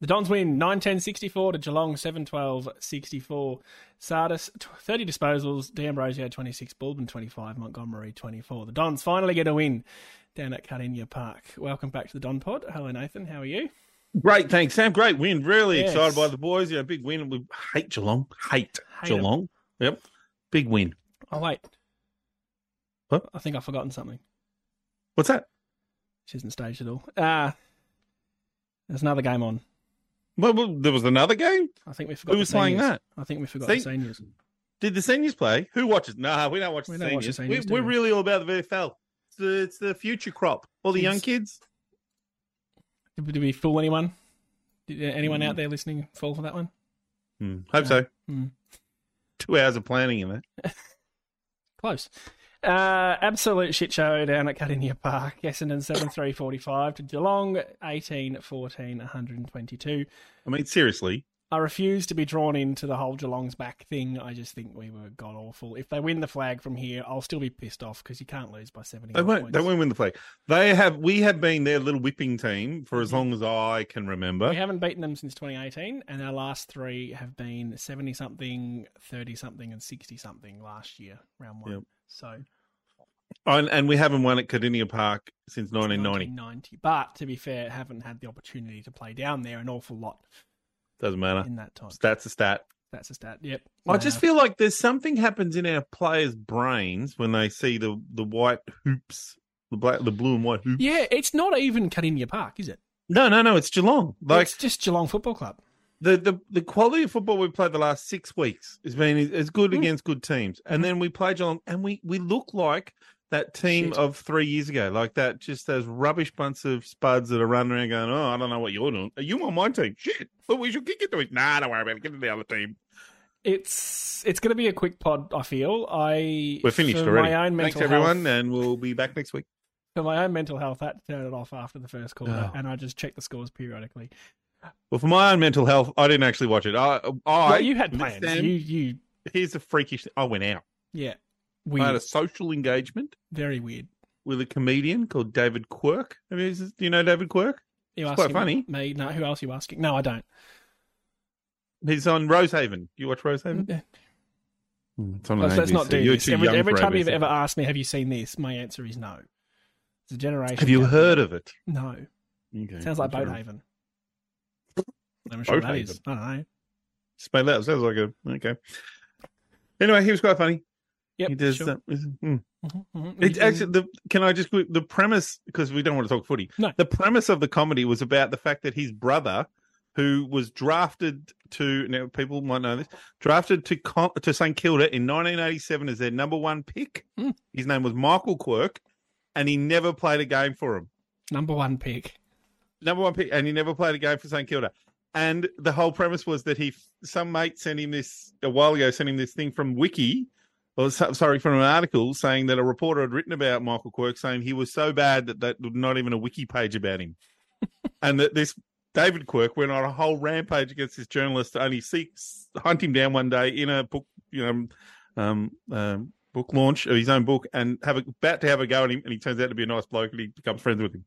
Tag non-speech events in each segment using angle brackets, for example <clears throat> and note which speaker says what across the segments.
Speaker 1: The Dons win 9-10-64 to Geelong 7-12-64. Sardis, t- 30 disposals. D'Ambrosio, 26. Baldwin, 25. Montgomery, 24. The Dons finally get a win down at Cardinia Park. Welcome back to the Don Pod. Hello, Nathan. How are you?
Speaker 2: Great, thanks, Sam. Great win. Really
Speaker 1: Yes.
Speaker 2: excited by the boys. You know, big win. We hate Geelong. Hate,
Speaker 1: Hate 'em.
Speaker 2: Geelong. Yep. Big win.
Speaker 1: Oh, wait.
Speaker 2: What?
Speaker 1: I think I've forgotten something.
Speaker 2: What's that?
Speaker 1: She isn't staged at all. Ah, there's another game on.
Speaker 2: Well, well, there was another game.
Speaker 1: I think we forgot.
Speaker 2: Who
Speaker 1: the
Speaker 2: was playing
Speaker 1: seniors.
Speaker 2: that?
Speaker 1: I think we forgot the
Speaker 2: See?
Speaker 1: seniors.
Speaker 2: Did the seniors play? Who watches? Nah, we don't watch
Speaker 1: We
Speaker 2: the
Speaker 1: don't watch the
Speaker 2: seniors.
Speaker 1: seniors, do
Speaker 2: we, are
Speaker 1: we?
Speaker 2: really all about the VFL. It's the, it's the future crop. All the young
Speaker 1: Yes.
Speaker 2: kids.
Speaker 1: Did, did we fool anyone? Did uh, anyone out there listening fall for that one?
Speaker 2: Hmm, hope so.
Speaker 1: Hmm.
Speaker 2: Two hours of planning in that.
Speaker 1: Close. Uh, absolute shit show down at Cardinia Park. Essendon 7 3 45 to Geelong 18 14 122.
Speaker 2: I mean, seriously.
Speaker 1: I refuse to be drawn into the whole Geelong's back thing. I just think we were god awful. If they win the flag from here, I'll still be pissed off because you can't lose by 70
Speaker 2: They won't.
Speaker 1: points.
Speaker 2: They won't win the flag. They have. We have been their little whipping team for
Speaker 1: Mm-hmm.
Speaker 2: as long as I can remember.
Speaker 1: We haven't beaten them since 2018, and our last three have been 70 something, 30 something, and 60 something last year, round one.
Speaker 2: Yep.
Speaker 1: So
Speaker 2: And, and we haven't won at Cardinia Park since 1990.
Speaker 1: 1990. But to be fair, haven't had the opportunity to play down there an awful lot
Speaker 2: Doesn't matter.
Speaker 1: in that time.
Speaker 2: That's a stat.
Speaker 1: That's a stat. Yep.
Speaker 2: I just feel like there's something happens in our players' brains when they see the the white hoops, the black, the blue and white hoops.
Speaker 1: Yeah, it's not even Cardinia Park, is it?
Speaker 2: No, no, no. It's Geelong. Like
Speaker 1: it's just Geelong Football Club.
Speaker 2: the, the the quality of football we played the last six weeks has been is, is good
Speaker 1: Mm.
Speaker 2: against good teams, and then we play Geelong, and we we look like that team
Speaker 1: Shit.
Speaker 2: of three years ago, like that just those rubbish bunch of spuds that are running around going, "Oh, I don't know what you're doing. Are you on my team? Shit, but we should kick it to it. Nah, don't worry about it. Get to the other team.
Speaker 1: It's it's going to be a quick pod. I feel I
Speaker 2: We're finished
Speaker 1: for
Speaker 2: already.
Speaker 1: My own
Speaker 2: Thanks
Speaker 1: mental
Speaker 2: everyone,
Speaker 1: health-
Speaker 2: and we'll be back next week.
Speaker 1: for my own mental health, that turned it off after the first quarter,
Speaker 2: Oh.
Speaker 1: and I just check the scores periodically.
Speaker 2: Well, for my own mental health, I didn't actually watch it. I, I
Speaker 1: well, you had plans.
Speaker 2: Sam,
Speaker 1: You, you,
Speaker 2: here's a freakish. Thing. I went out.
Speaker 1: yeah,
Speaker 2: I had
Speaker 1: weird,
Speaker 2: a social engagement
Speaker 1: very weird. with
Speaker 2: with a comedian called David Quirk. Have you, do you know David Quirk?
Speaker 1: You
Speaker 2: it's quite
Speaker 1: asking
Speaker 2: funny.
Speaker 1: Me? No, who else are you asking? No, I don't.
Speaker 2: He's on Rosehaven. You watch Rosehaven? Hmm. It's on
Speaker 1: Mm, Let's, let's Oh, not do
Speaker 2: You're
Speaker 1: this.
Speaker 2: too
Speaker 1: Every,
Speaker 2: young
Speaker 1: every
Speaker 2: for
Speaker 1: time you've
Speaker 2: ABC.
Speaker 1: ever asked me, "Have you seen this?" My answer is no. It's a generation.
Speaker 2: have you
Speaker 1: gap.
Speaker 2: heard of it?
Speaker 1: No.
Speaker 2: Okay.
Speaker 1: Sounds like
Speaker 2: Fair enough.
Speaker 1: Boathaven. I'm sure that
Speaker 2: Boathaven.
Speaker 1: is. I don't know.
Speaker 2: Spell that. Sounds like a okay. Anyway, he was quite funny.
Speaker 1: Yep.
Speaker 2: he does.
Speaker 1: sure.
Speaker 2: that- mm.
Speaker 1: Mhm, mhm.
Speaker 2: It's actually the. Can I just the premise because we don't want to talk footy.
Speaker 1: No.
Speaker 2: The premise of the comedy was about the fact that his brother, who was drafted to now people might know this, drafted to Con- to St Kilda in 1987 as their number one pick.
Speaker 1: Hmm.
Speaker 2: His name was Michael Quirk, and he never played a game for him.
Speaker 1: number one pick.
Speaker 2: Number one pick, and he never played a game for St Kilda. And the whole premise was that he some mate sent him this a while ago, sent him this thing from Wiki well, so- sorry, from an article saying that a reporter had written about Michael Quirk, saying he was so bad that that not even a wiki page about him, and that this David Quirk went on a whole rampage against this journalist to only seek hunt him down one day in a book, you know, um, um, book launch of his own book, and have a, about to have a go at him, and he turns out to be a nice bloke, and he becomes friends with him.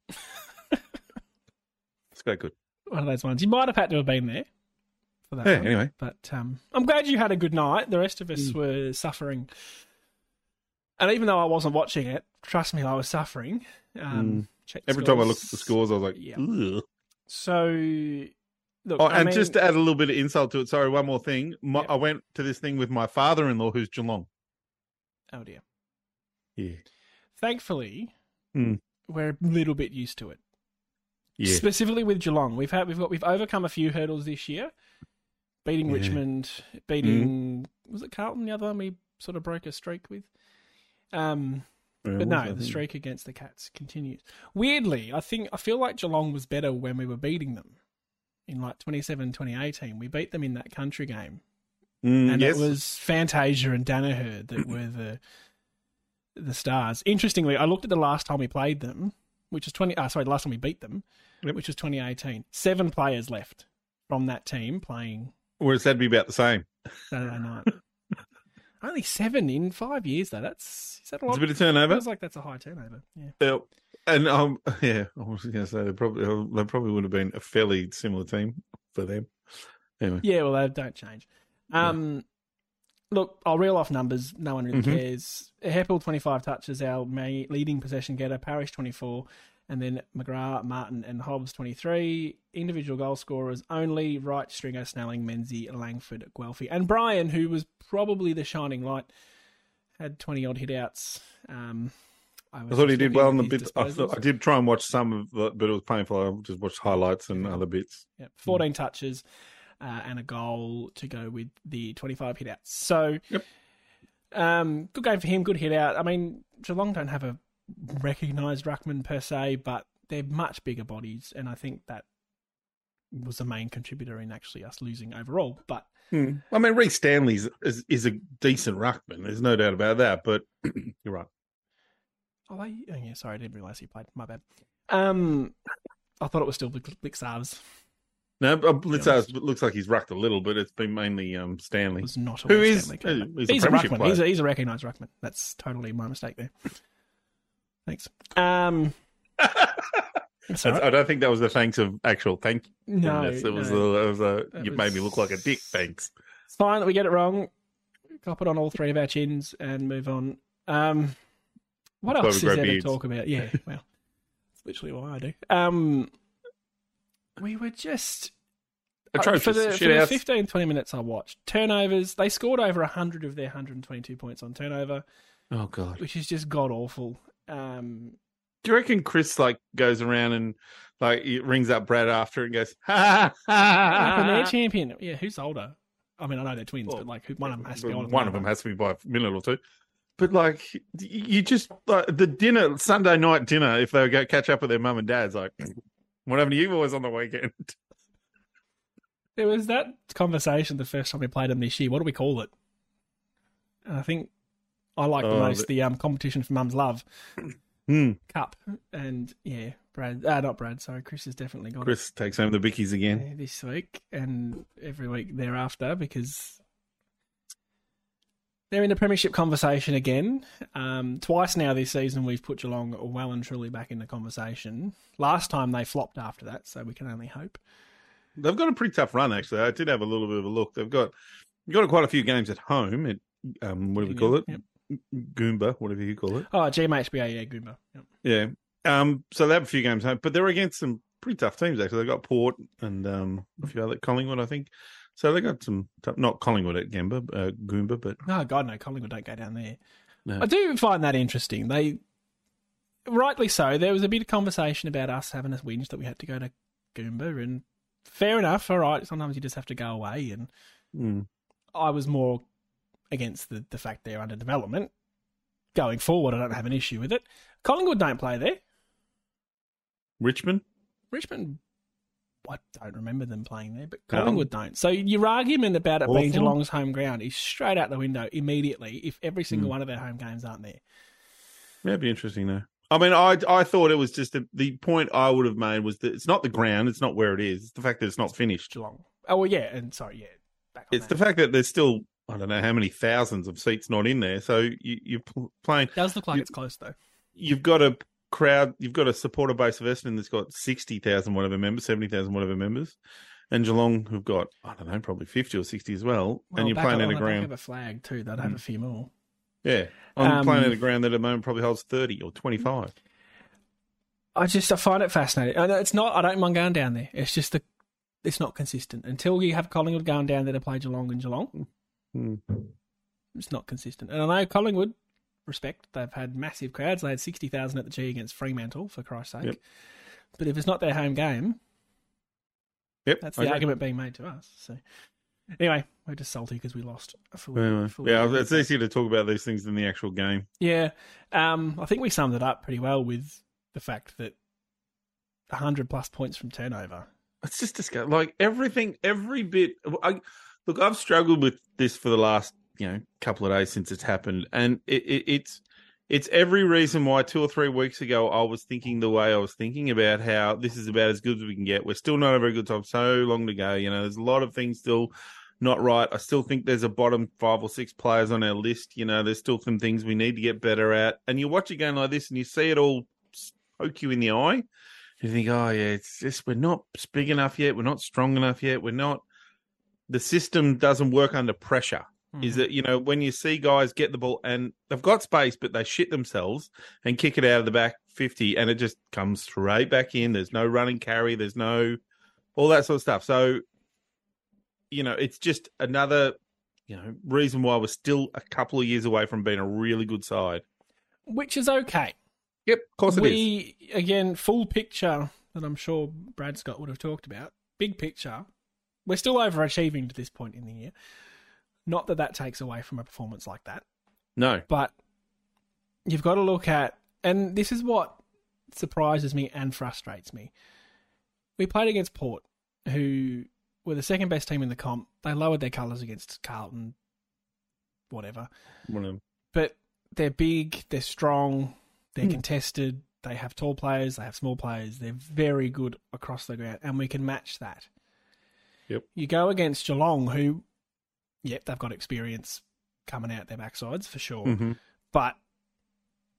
Speaker 2: it's quite good.
Speaker 1: One of those ones. You might have had to have been there for that.
Speaker 2: Yeah.
Speaker 1: one.
Speaker 2: Anyway, Mm.
Speaker 1: But um, I'm glad you had a good night. The rest of us were suffering. And even though I wasn't watching it, trust me, I was suffering. Um, checked the
Speaker 2: Mm. every time I looked at the
Speaker 1: scores.
Speaker 2: scores, I was like,
Speaker 1: Yeah.
Speaker 2: Ugh.
Speaker 1: So, look,
Speaker 2: Oh,
Speaker 1: I
Speaker 2: and
Speaker 1: mean,
Speaker 2: just to add a little bit of insult to it, sorry, one more thing. My,
Speaker 1: Yep.
Speaker 2: I went to this thing with my father in law who's Geelong.
Speaker 1: oh dear.
Speaker 2: Yeah.
Speaker 1: Thankfully,
Speaker 2: Mm.
Speaker 1: we're a little bit used to it.
Speaker 2: Yeah.
Speaker 1: Specifically with Geelong, we've had we've got we've overcome a few hurdles this year. Beating
Speaker 2: Yeah. Hmm.
Speaker 1: Richmond, beating was it Carlton the other one we sort of broke a streak with. Um, But no, the streak against the Cats continues. Weirdly, I think I feel like Geelong was better when we were beating them. In like 27, 2018, we beat them in that country game, and
Speaker 2: Mm, yes.
Speaker 1: it was Fantasia and Danaher that were the the stars. Interestingly, I looked at the last time we played them, which was twenty. Uh, sorry, the last time we beat them,
Speaker 2: Yep.
Speaker 1: which was twenty eighteen. Seven players left from that team playing
Speaker 2: Whereas that'd be about the same.
Speaker 1: Saturday
Speaker 2: <laughs>
Speaker 1: night. Only seven in five years, though. That's is that a lot?
Speaker 2: It's a bit of turnover.
Speaker 1: feels like that's a high turnover. Yeah.
Speaker 2: Yeah. <laughs> uh, And um, yeah, I was going to say they probably they probably would have been a fairly similar team. for them. Anyway.
Speaker 1: Yeah, well, they don't change. Um, Look, I'll reel off numbers. No one really
Speaker 2: Mhm.
Speaker 1: cares. Heppel, 25 touches, our ma- leading possession getter. Parrish, 24. And then McGrath, Martin, and Hobbs, 23. Individual goal scorers only Wright, Stringer, Snelling, Menzie, Langford, Guelphy. And Brian, who was probably the shining light, had 20 odd hit outs. Um,
Speaker 2: I
Speaker 1: was
Speaker 2: thought he
Speaker 1: just
Speaker 2: did
Speaker 1: looking
Speaker 2: well
Speaker 1: at
Speaker 2: in the
Speaker 1: his
Speaker 2: bits. I, thought, I
Speaker 1: disposals.
Speaker 2: did try and watch some of it, but it was painful. I just watched highlights and other bits.
Speaker 1: Yep, 14 touches uh, and a goal to go with the 25 hit outs. So,
Speaker 2: Yep.
Speaker 1: um, good game for him, good hit out. I mean, Geelong don't have a recognised ruckman per se, but they're much bigger bodies, and I think that was the main contributor in actually us losing overall. But
Speaker 2: I mean, Reece Stanley's is, is a decent ruckman. There's no doubt about that. But <clears throat> you're right.
Speaker 1: oh, they, oh yeah, sorry, I didn't realise he played. My bad. Um, I thought it was still Blixarves.
Speaker 2: No, but Blitzard
Speaker 1: honest.
Speaker 2: looks like he's rucked a little, but it's been mainly um, Stanley. <laughs>
Speaker 1: Was not a
Speaker 2: Who
Speaker 1: West
Speaker 2: is-
Speaker 1: Stanley Cup.
Speaker 2: who- he's a
Speaker 1: He's a
Speaker 2: Premiership
Speaker 1: ruckman.
Speaker 2: player.
Speaker 1: He's a, he's a recognised ruckman. That's totally my mistake there. Thanks. Um, That's all
Speaker 2: That's-
Speaker 1: right.
Speaker 2: I don't think that was the thanks of actual thank you.
Speaker 1: No,
Speaker 2: Yes, it was
Speaker 1: no.
Speaker 2: a, it was a
Speaker 1: That
Speaker 2: you made me
Speaker 1: was-
Speaker 2: look like a dick. Thanks.
Speaker 1: It's fine that we get it wrong. Cop it on all three of our chins and move on. Um, what
Speaker 2: That's
Speaker 1: else
Speaker 2: why we
Speaker 1: is
Speaker 2: grow
Speaker 1: there to
Speaker 2: beards.
Speaker 1: talk about?
Speaker 2: <laughs>
Speaker 1: Yeah, well, it's literally what I do. Um, we were just
Speaker 2: Atrocious.
Speaker 1: for the, for
Speaker 2: Shit
Speaker 1: the
Speaker 2: outs.
Speaker 1: 15, 20 minutes I watched. Turnovers. They scored over hundred of their hundred and twenty-two points on turnover,
Speaker 2: Oh god.
Speaker 1: which is just god awful. Um,
Speaker 2: Do you reckon Chris like goes around and like he rings up Brad after and goes, ha ha ha,
Speaker 1: and
Speaker 2: <laughs>
Speaker 1: their
Speaker 2: ha, ha.
Speaker 1: champion. Yeah, who's older? I mean, I know they're twins,
Speaker 2: Well,
Speaker 1: but like who- one of them has to be older.
Speaker 2: Well,
Speaker 1: than
Speaker 2: One
Speaker 1: the
Speaker 2: of them
Speaker 1: other.
Speaker 2: has to be by a minute or two. But like y- you just like the dinner Sunday night dinner, if they go catch up with their mum and dad's like what happened to you boys on the weekend? <laughs>
Speaker 1: There was that conversation the first time we played them this year. What do we call it? And I think I like the
Speaker 2: Oh,
Speaker 1: most
Speaker 2: the-
Speaker 1: the um, competition for Mum's Love
Speaker 2: Hmm.
Speaker 1: Cup. And yeah, Brad, uh, not Brad, sorry, Chris has definitely got
Speaker 2: Chris takes home the
Speaker 1: it
Speaker 2: bickies again.
Speaker 1: uh, this week and every week thereafter because they're in the premiership conversation again. Um, twice now this season we've put Geelong well and truly back in the conversation. Last time they flopped after that, so we can only hope.
Speaker 2: They've got a pretty tough run actually. I did have a little bit of a look. They've got got quite a few games at home at um what do we call it?
Speaker 1: Yep.
Speaker 2: Goomba, whatever you call it.
Speaker 1: Oh, GMHBA, yeah, Goomba. Yep.
Speaker 2: Yeah. Um. So they have a few games home, but they're against some pretty tough teams. Actually, they got Port and um a few other Collingwood, I think. So they got some tough, not Collingwood at Gamba, uh, Goomba, but
Speaker 1: Oh God, no! Collingwood don't go down there.
Speaker 2: No.
Speaker 1: I do find that interesting. They, rightly so. There was a bit of conversation about us having a whinge that we had to go to Goomba, and fair enough. All right, sometimes you just have to go away. And
Speaker 2: mm,
Speaker 1: I was more against the the fact they're under development. Going forward, I don't have an issue with it. Collingwood don't play there.
Speaker 2: Richmond.
Speaker 1: Richmond, I don't remember them playing there, but
Speaker 2: No.
Speaker 1: Collingwood don't. So your argument about it
Speaker 2: Hawthorn?
Speaker 1: being Geelong's home ground is straight out the window immediately if every
Speaker 2: Hmm.
Speaker 1: single one of their home games aren't there.
Speaker 2: Yeah, it'd be interesting though. I mean, I I thought it was just a, the point I would have made was that it's not the ground, it's not where it is, it's the fact that it's not finished.
Speaker 1: Geelong. Oh well, yeah, and sorry, yeah. Back on
Speaker 2: It's the
Speaker 1: that.
Speaker 2: fact that there's still I don't know how many thousands of seats not in there. So you, you're pl- playing
Speaker 1: does look like
Speaker 2: you-
Speaker 1: it's close though.
Speaker 2: you've got a crowd, you've got a supporter base of Essendon that's got 60,000 whatever members, 70,000 whatever members, and Geelong who've got, I don't know, probably 50 or 60 as well,
Speaker 1: Well,
Speaker 2: and you're
Speaker 1: back on
Speaker 2: playing at a
Speaker 1: the back of
Speaker 2: ground. Hmm.
Speaker 1: a flag too. They'd have a few more.
Speaker 2: Yeah. I'm
Speaker 1: Um,
Speaker 2: playing at a ground that at the moment probably holds 30 or 25.
Speaker 1: I just I find it fascinating. And it's not. I don't mind going down there. It's just the it's not consistent until you have Collingwood going down there to play Geelong and Geelong.
Speaker 2: Hmm.
Speaker 1: It's not consistent. And I know Collingwood respect. They've had massive crowds. They had sixty thousand at the G against Fremantle for Christ's sake.
Speaker 2: Yep.
Speaker 1: But if it's not their home game,
Speaker 2: Yep.
Speaker 1: that's
Speaker 2: I
Speaker 1: the
Speaker 2: agree.
Speaker 1: argument being made to us. So anyway, we're just salty because we lost. For,
Speaker 2: Anyway,
Speaker 1: for-
Speaker 2: yeah, it's easier to talk about these things than the actual game.
Speaker 1: Yeah, um, I think we summed it up pretty well with the fact that 100 plus points from turnover.
Speaker 2: It's just disgusting. Like everything, every bit. I, look, I've struggled with this for the last you know couple of days since it's happened, and it, it, it's it's every reason why two or three weeks ago I was thinking the way I was thinking about how this is about as good as we can get. We're still not a very good time. So long to go. You know, there's a lot of things still not right. I still think there's a bottom five or six players on our list. You know, there's still some things we need to get better at. And you watch a game like this, and you see it all poke you in the eye You think, oh yeah, it's just we're not big enough yet, we're not strong enough yet, we're not. The system doesn't work under pressure.
Speaker 1: Mhm.
Speaker 2: Is that you know when you see guys get the ball and they've got space, but they shit themselves and kick it out of the back fifty, and it just comes straight back in. There's no running carry. There's no all that sort of stuff. So you know, it's just another you know reason why we're still a couple of years away from being a really good side.
Speaker 1: which is okay.
Speaker 2: Yep, of course it is.
Speaker 1: we again full picture that I'm sure Brad Scott would have talked about. Big picture, we're still overachieving to this point in the year. Not that that takes away from a performance like that,
Speaker 2: No,
Speaker 1: but you've got to look at, and this is what surprises me and frustrates me. We played against Port, who were the second best team in the comp. They lowered their colours against Carlton, whatever
Speaker 2: one of them.
Speaker 1: but they're big, they're strong, they're
Speaker 2: Hmm.
Speaker 1: contested, they have tall players, they have small players, they're very good across the ground, and we can match that.
Speaker 2: Yep.
Speaker 1: You go against Geelong, who, yep, they've got experience coming out their backsides for sure,
Speaker 2: Mhm.
Speaker 1: but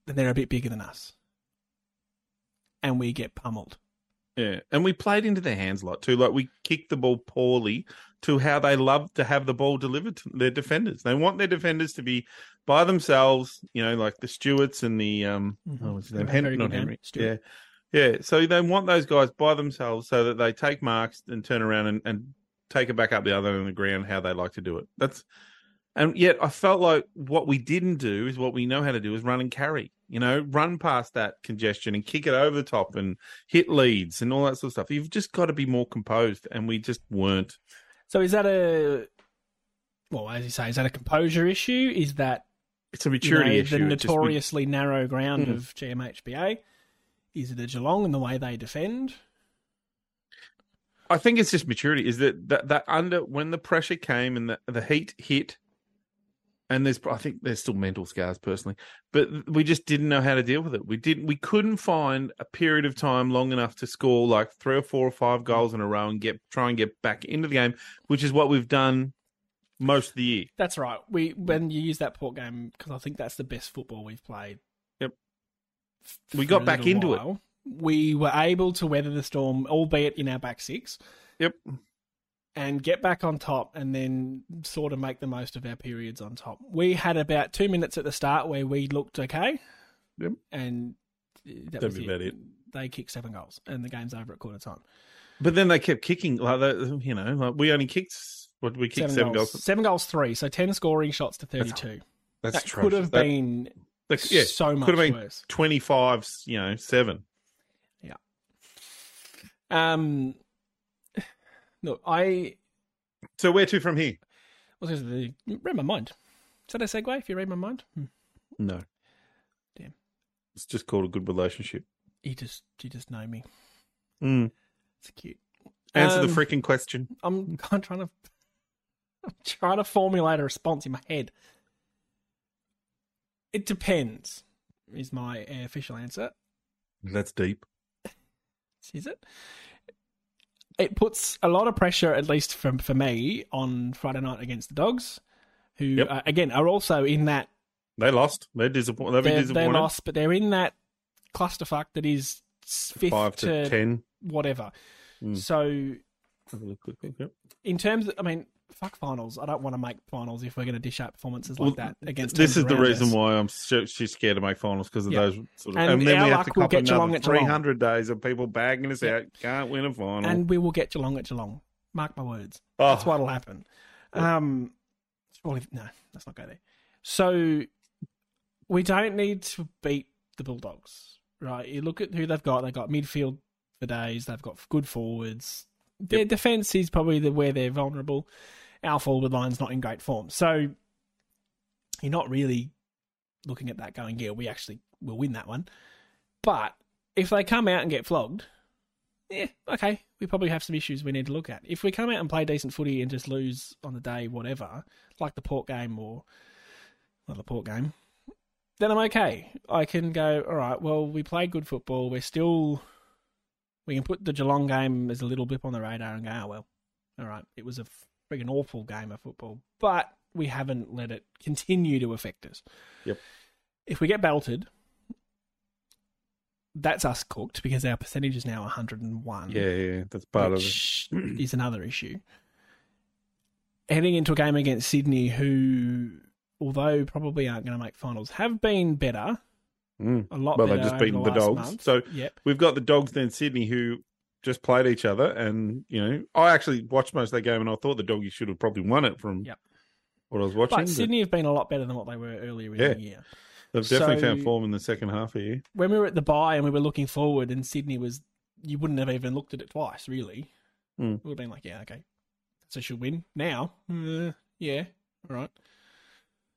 Speaker 1: then they're a bit bigger than us, and we get pummeled.
Speaker 2: Yeah, and we played into their hands a lot too. Like we kicked the ball poorly to how they love to have the ball delivered to their defenders. They want their defenders to be by themselves, you know, like the Stewarts and the um,
Speaker 1: Mhm.
Speaker 2: oh, what's his name?
Speaker 1: Very
Speaker 2: Henry,
Speaker 1: good
Speaker 2: not
Speaker 1: man,
Speaker 2: Henry.
Speaker 1: Stewart.
Speaker 2: Yeah, yeah. So they want those guys by themselves so that they take marks and turn around and, and take it back up the other end of the ground how they like to do it. That's and yet I felt like what we didn't do is what we know how to do is run and carry. You know, run past that congestion and kick it over the top and hit leads and all that sort of stuff. You've just got to be more composed, and we just weren't.
Speaker 1: So is that a, well, as you say, is that a composure issue? Is that
Speaker 2: It's a
Speaker 1: you know,
Speaker 2: maturity issue.
Speaker 1: The
Speaker 2: It just- we-
Speaker 1: notoriously narrow ground
Speaker 2: Hmm.
Speaker 1: of GMHBA. Is it a Geelong and the way they defend?
Speaker 2: I think it's just maturity. Is that that, that under when the pressure came and the, the heat hit, and there's I think there's still mental scars personally, but we just didn't know how to deal with it. We didn't. We couldn't find a period of time long enough to score like three or four or five goals in a row and get try and get back into the game, which is what we've done most of the year.
Speaker 1: That's right. We when you use that port game because I think that's the best football we've played.
Speaker 2: Yep.
Speaker 1: f-
Speaker 2: We
Speaker 1: for
Speaker 2: got
Speaker 1: a
Speaker 2: back
Speaker 1: little
Speaker 2: into it.
Speaker 1: while. We were able to weather the storm, albeit in our back six.
Speaker 2: Yep.
Speaker 1: And get back on top, and then sort of make the most of our periods on top. We had about two minutes at the start where we looked okay,
Speaker 2: Yep.
Speaker 1: and that
Speaker 2: That'd
Speaker 1: was
Speaker 2: be
Speaker 1: it.
Speaker 2: about it.
Speaker 1: They kicked seven goals, and the game's over at quarter time.
Speaker 2: But then they kept kicking like that. You know, like we only kicked what we kicked seven, goals.
Speaker 1: Seven goals, three. So ten scoring shots to
Speaker 2: That's
Speaker 1: thirty-two.
Speaker 2: That's
Speaker 1: that could have
Speaker 2: atrocious. That-
Speaker 1: been
Speaker 2: that- yeah,
Speaker 1: so much
Speaker 2: could have been
Speaker 1: worse.
Speaker 2: twenty five. You know, seven.
Speaker 1: Um, <sighs> look, I
Speaker 2: So where to from here?
Speaker 1: was going to read my mind. Is that a segue? If you read my mind, Hmm.
Speaker 2: No.
Speaker 1: Damn.
Speaker 2: It's just called a good relationship.
Speaker 1: you just you just know me.
Speaker 2: Mm.
Speaker 1: It's cute.
Speaker 2: Answer
Speaker 1: Um,
Speaker 2: the freaking question.
Speaker 1: <laughs> I'm I'm trying to I'm trying to formulate a response in my head. It depends. Is my official answer.
Speaker 2: That's deep.
Speaker 1: is it? It puts a lot of pressure, at least from for me, on Friday night against the Dogs, who
Speaker 2: Yep.
Speaker 1: uh, again are also in that
Speaker 2: They lost. They're disappointed. They've been
Speaker 1: they're, they're
Speaker 2: disappointed.
Speaker 1: lost, but they're in that clusterfuck that is s- fifth
Speaker 2: Five to,
Speaker 1: to,
Speaker 2: ten.
Speaker 1: whatever.
Speaker 2: Mm.
Speaker 1: So
Speaker 2: Have a look quickly. Yep.
Speaker 1: in terms, of, I mean, fuck finals. I don't want to make finals if we're going to dish out performances like
Speaker 2: Well,
Speaker 1: that against.
Speaker 2: This
Speaker 1: teams
Speaker 2: is the
Speaker 1: around
Speaker 2: reason
Speaker 1: us.
Speaker 2: why I'm so, she's scared to make finals because of
Speaker 1: Yeah.
Speaker 2: those sort of.
Speaker 1: And
Speaker 2: And, then
Speaker 1: our
Speaker 2: we have
Speaker 1: luck
Speaker 2: to
Speaker 1: will
Speaker 2: cop
Speaker 1: get Geelong
Speaker 2: another
Speaker 1: at Geelong.
Speaker 2: 300 days of people bagging us
Speaker 1: Yeah.
Speaker 2: out. Can't win a final.
Speaker 1: and we will get Geelong at Geelong. Mark my words.
Speaker 2: Oh,
Speaker 1: That's what'll happen. Um, surely, no, let's not go there. So we don't need to beat the Bulldogs, right? You look at who they've got. They've got midfield for days. They've got good forwards. Their defense is probably the, where they're vulnerable. Our forward line's not in great form, so you're not really looking at that going, yeah, we actually will win that one. But if they come out and get flogged, yeah, okay, we probably have some issues we need to look at. If we come out and play decent footy and just lose on the day, whatever, like the port game or well, the port game, then I'm okay. I can go, all right, well, we played good football. We're still, we can put the Geelong game as a little blip on the radar and go, oh, well, all right, it was a friggin' awful game of football, but we haven't let it continue to affect us.
Speaker 2: Yep.
Speaker 1: If we get belted, that's us cooked because our percentage is now 101.
Speaker 2: Yeah, yeah, that's part of it. <clears throat>
Speaker 1: which is another issue. Heading into a game against Sydney, who, although probably aren't going to make finals, have been better,
Speaker 2: Mm.
Speaker 1: a lot
Speaker 2: Well,
Speaker 1: better.
Speaker 2: they've just
Speaker 1: over
Speaker 2: beaten
Speaker 1: the,
Speaker 2: the
Speaker 1: last
Speaker 2: Dogs,
Speaker 1: month.
Speaker 2: so-
Speaker 1: yep,
Speaker 2: We've got the Dogs then Sydney who just played each other, and you know, I actually watched most of that game, and I thought the Doggies should have probably won it from
Speaker 1: Yep.
Speaker 2: what I was watching.
Speaker 1: but Sydney have been a lot better than what they were earlier in
Speaker 2: Yeah.
Speaker 1: the year.
Speaker 2: They've definitely
Speaker 1: so-
Speaker 2: found form in the second half of you.
Speaker 1: When we were at the bye and we were looking forward, and Sydney was, you wouldn't have even looked at it twice, really.
Speaker 2: Hmm.
Speaker 1: It would have been like, yeah, okay, so she'll win now. Uh, yeah, all right.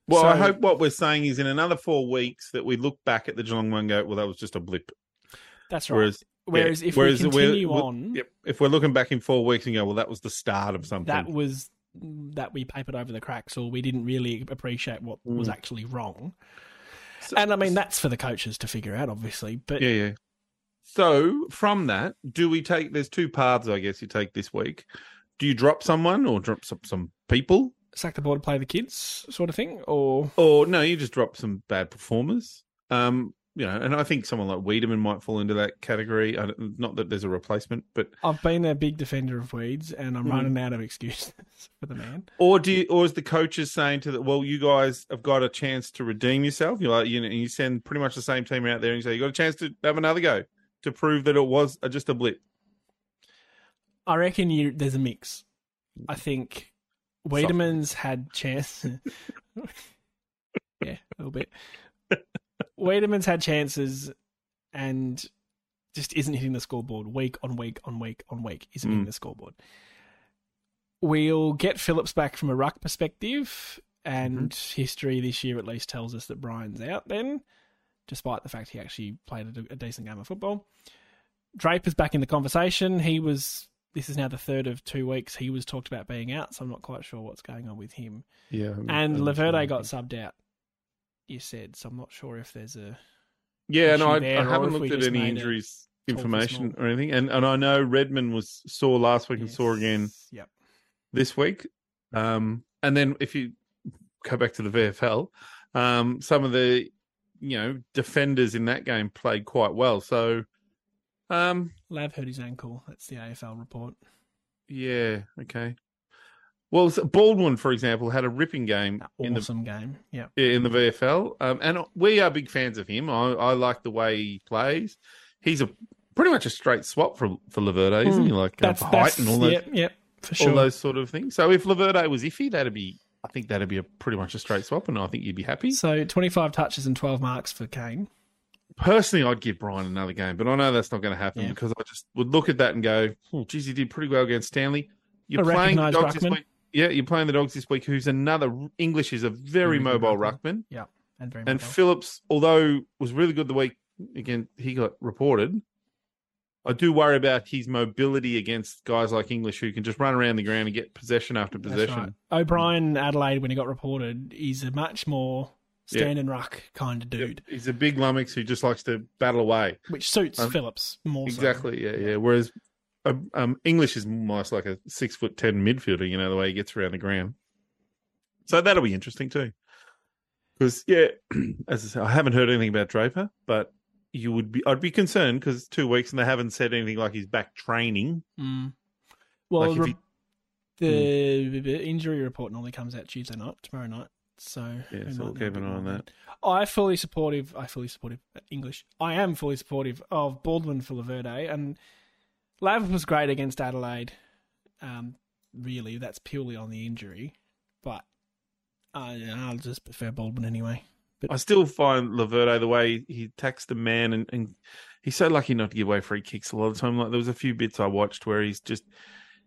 Speaker 2: Well,
Speaker 1: So-
Speaker 2: I hope what we're saying is in another four weeks that we look back at the Geelong one and go, well, that was just a blip.
Speaker 1: That's right.
Speaker 2: Whereas,
Speaker 1: Whereas if
Speaker 2: whereas
Speaker 1: we
Speaker 2: we're-
Speaker 1: continue
Speaker 2: we're-
Speaker 1: on,
Speaker 2: yep, if we're looking back in four weeks and go, well, that was the start of something.
Speaker 1: that was that we papered over the cracks or we didn't really appreciate what was
Speaker 2: Mm.
Speaker 1: actually wrong.
Speaker 2: So-
Speaker 1: and I mean that's for the coaches to figure out obviously, but
Speaker 2: yeah, yeah. So from that, do we take? There's two paths, I guess. You take this week. Do you drop someone or drop some, some people,
Speaker 1: sack the ball to play the kids sort of thing or
Speaker 2: or no? You just drop some bad performers. Um, you know, and I think someone like Wiedemann might fall into that category. I don't, not that there's a replacement, but
Speaker 1: I've been a big defender of weeds and I'm
Speaker 2: Mhm.
Speaker 1: running out of excuses <laughs> for the man.
Speaker 2: Or do you, or is the coaches saying to the well, you guys have got a chance to redeem yourself? You like you know, you send pretty much the same team out there and you say you got a chance to have another go to prove that it was a, just a blip.
Speaker 1: I reckon you there's a mix. I think Wiedemann's had chance. <laughs> yeah, a little
Speaker 2: <laughs>
Speaker 1: bit. Wiedemann's had chances and just isn't hitting the scoreboard week on week on week on week. Isn't hitting
Speaker 2: Mm.
Speaker 1: the scoreboard. We'll get Phillips back from a ruck perspective, and history this year at least tells us that Brian's out then, despite the fact he actually played a, a decent game of football. Draper's back in the conversation. He was. This is now the third of two weeks he was talked about being out, so I'm not quite sure what's going on with him.
Speaker 2: Yeah,
Speaker 1: And Laverde got subbed out. You said so. I'm not sure if there's a
Speaker 2: yeah, and
Speaker 1: issue
Speaker 2: I, I
Speaker 1: there, or
Speaker 2: haven't
Speaker 1: if we
Speaker 2: looked at
Speaker 1: just
Speaker 2: any
Speaker 1: made a
Speaker 2: injuries
Speaker 1: call for
Speaker 2: information or anything, and and I know Redmond was sore last week and sore again
Speaker 1: Yes, Yep.
Speaker 2: this week. Um, and then if you go back to the VFL, um, some of the you know defenders in that game played quite well, so. Um,
Speaker 1: Lav hurt his ankle. That's the AFL report.
Speaker 2: Yeah. Okay. Well, so Baldwin, for example, had a ripping game in the
Speaker 1: Awesome game. Yeah.
Speaker 2: in the VFL, um, and we are big fans of him. I, I like the way he plays. He's a pretty much a straight swap for for Laverde, isn't he? Like
Speaker 1: Hmm.
Speaker 2: uh,
Speaker 1: That's,
Speaker 2: for
Speaker 1: that's
Speaker 2: height and all those
Speaker 1: Yep. Yep. For sure.
Speaker 2: all those sort of things. So if Laverde was iffy, that'd be I think that'd be a pretty much a straight swap, and I think you'd be happy.
Speaker 1: So 25 touches and 12 marks for Kane.
Speaker 2: Personally, I'd give Brian another game, but I know that's not going to happen
Speaker 1: Yeah.
Speaker 2: because I just would look at that and go, oh, geez, he did pretty well against Stanley. You're
Speaker 1: A
Speaker 2: playing the
Speaker 1: recognised
Speaker 2: dogs
Speaker 1: ruckman.
Speaker 2: this week. Yeah, you're playing the dogs this week, who's another English is a very
Speaker 1: Really good
Speaker 2: mobile
Speaker 1: ruckman.
Speaker 2: ruckman.
Speaker 1: And very
Speaker 2: And
Speaker 1: much-
Speaker 2: Phillips, although was really good the week again, he got reported. I do worry about his mobility against guys like English who can just run around the ground and get possession after
Speaker 1: That's
Speaker 2: possession.
Speaker 1: right. O'Brien, Adelaide, when he got reported, he's a much more stand and ruck kind of dude,
Speaker 2: He's a big lummox who just likes to battle away.
Speaker 1: which suits
Speaker 2: Um,
Speaker 1: Phillips more so.
Speaker 2: Exactly. Yeah, yeah. Whereas um, um, English is almost like a six foot ten midfielder. You know the way he gets around the ground. So that'll be interesting too. Because yeah, <clears throat> as I said, I haven't heard anything about Draper, but you would be. I'd be concerned because it's two weeks and they haven't said anything like he's back training.
Speaker 1: Mm. Well,
Speaker 2: Like if Hmm.
Speaker 1: re- the, the injury report normally comes out Tuesday night, tomorrow night. So
Speaker 2: Yeah,
Speaker 1: we
Speaker 2: so
Speaker 1: might know
Speaker 2: we'll keep
Speaker 1: a
Speaker 2: an
Speaker 1: bit
Speaker 2: eye on
Speaker 1: more.
Speaker 2: that.
Speaker 1: I fully supportive. I fully supportive uh, English. I am fully supportive of Baldwin for Laverde, and Lav was great against Adelaide. Um, really, that's purely on the injury, but I, I'll just prefer Baldwin anyway.
Speaker 2: I still find Laverde the way he attacks the man and, and he's so lucky not to give away free kicks a lot of the time. Like there was a few bits I watched where he's just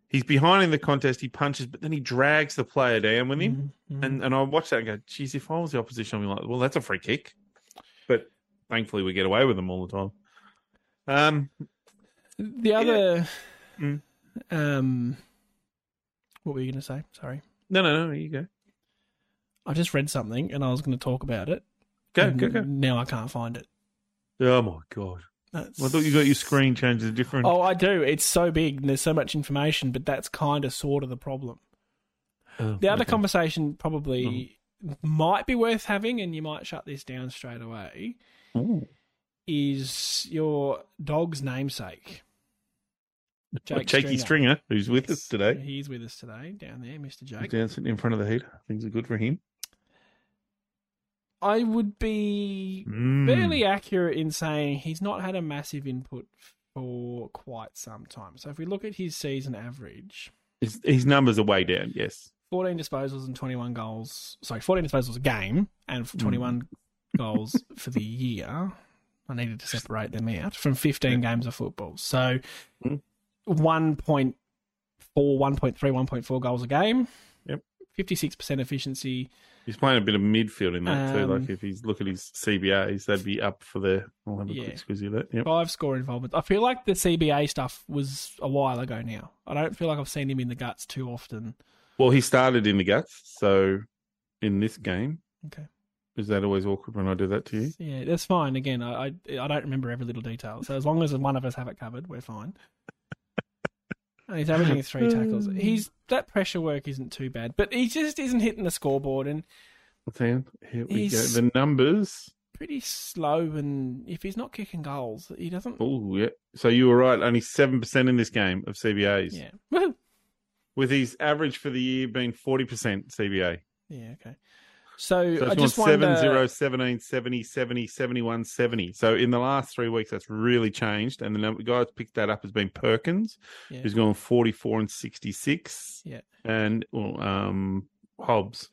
Speaker 2: he's behind in the contest, he punches, but then he drags the player down with him.
Speaker 1: Mhm, mhm.
Speaker 2: And and I watched that and go, geez, if I was the opposition, I'd be like, well, that's a free kick. But thankfully, we get away with them all the time. Um,
Speaker 1: the other,
Speaker 2: Mm.
Speaker 1: um, what were you going to say? Sorry,
Speaker 2: no, no, no, you go,
Speaker 1: I just read something and I was going to talk about it.
Speaker 2: go,
Speaker 1: and
Speaker 2: go, go.
Speaker 1: Now I can't find it. Mm-hmm.
Speaker 2: Oh my god,
Speaker 1: That's...
Speaker 2: I thought you got your screen changed to different.
Speaker 1: Oh, I do. It's so big and there's so much information, but that's kind of sort of the problem.
Speaker 2: Oh,
Speaker 1: The other
Speaker 2: okay. Mm-hmm.
Speaker 1: conversation probably might be worth having, and you might shut this down straight away,
Speaker 2: Ooh.
Speaker 1: is your dog's namesake.
Speaker 2: Jake Shaky Stringer. who's with us today,
Speaker 1: He's with us today down there, Mr. Jake.
Speaker 2: down sitting in front of the heater. Things are good for him.
Speaker 1: I would be
Speaker 2: Mm.
Speaker 1: fairly accurate in saying he's not had a massive input for quite some time. So if we look at his season average,
Speaker 2: His, his numbers are way down. Yes,
Speaker 1: 14 disposals and 21 goals. Sorry, 14 disposals a game and
Speaker 2: Hmm.
Speaker 1: 21 goals <laughs> for the year. I needed to separate them out from 15 games of football. So
Speaker 2: Mm.
Speaker 1: 1.4, 1.3, 1.4 goals a game.
Speaker 2: Yep.
Speaker 1: 56% efficiency.
Speaker 2: he's playing a bit of midfield in that too.
Speaker 1: Um,
Speaker 2: Like if he's look at his CBAs, they'd be up for the. I'll have a
Speaker 1: Yeah.
Speaker 2: quick squeeze of that. Yep.
Speaker 1: Five score involvement. I feel like the CBA stuff was a while ago now. I don't feel like I've seen him in the guts too often.
Speaker 2: Well, he started in the guts, so in this game,
Speaker 1: Okay.
Speaker 2: is that always awkward when I do that to you?
Speaker 1: Yeah, that's fine. Again, I, I I don't remember every little detail. So as long as one of us have it covered, we're fine. And he's
Speaker 2: <laughs>
Speaker 1: averaging three tackles. He's that pressure work isn't too bad, but he just isn't hitting the scoreboard and
Speaker 2: Then here we
Speaker 1: He's-
Speaker 2: go. The numbers.
Speaker 1: pretty slow. And if he's not kicking goals, he doesn't.
Speaker 2: Oh yeah. So you were right. Only seven percent in this game of CBAs.
Speaker 1: Yeah. <laughs> Woohoo.
Speaker 2: With his average for the year being forty percent CBA.
Speaker 1: Yeah. Okay. So,
Speaker 2: So
Speaker 1: I
Speaker 2: it's
Speaker 1: just
Speaker 2: gone 7
Speaker 1: wonder.
Speaker 2: 0, 17, 70, 70, 71, 70. So in the last three weeks, that's really changed. And the number, guy who's picked that up has been Perkins,
Speaker 1: Yeah.
Speaker 2: who's gone 44 and 66.
Speaker 1: Yeah.
Speaker 2: And well, um, Hobbs.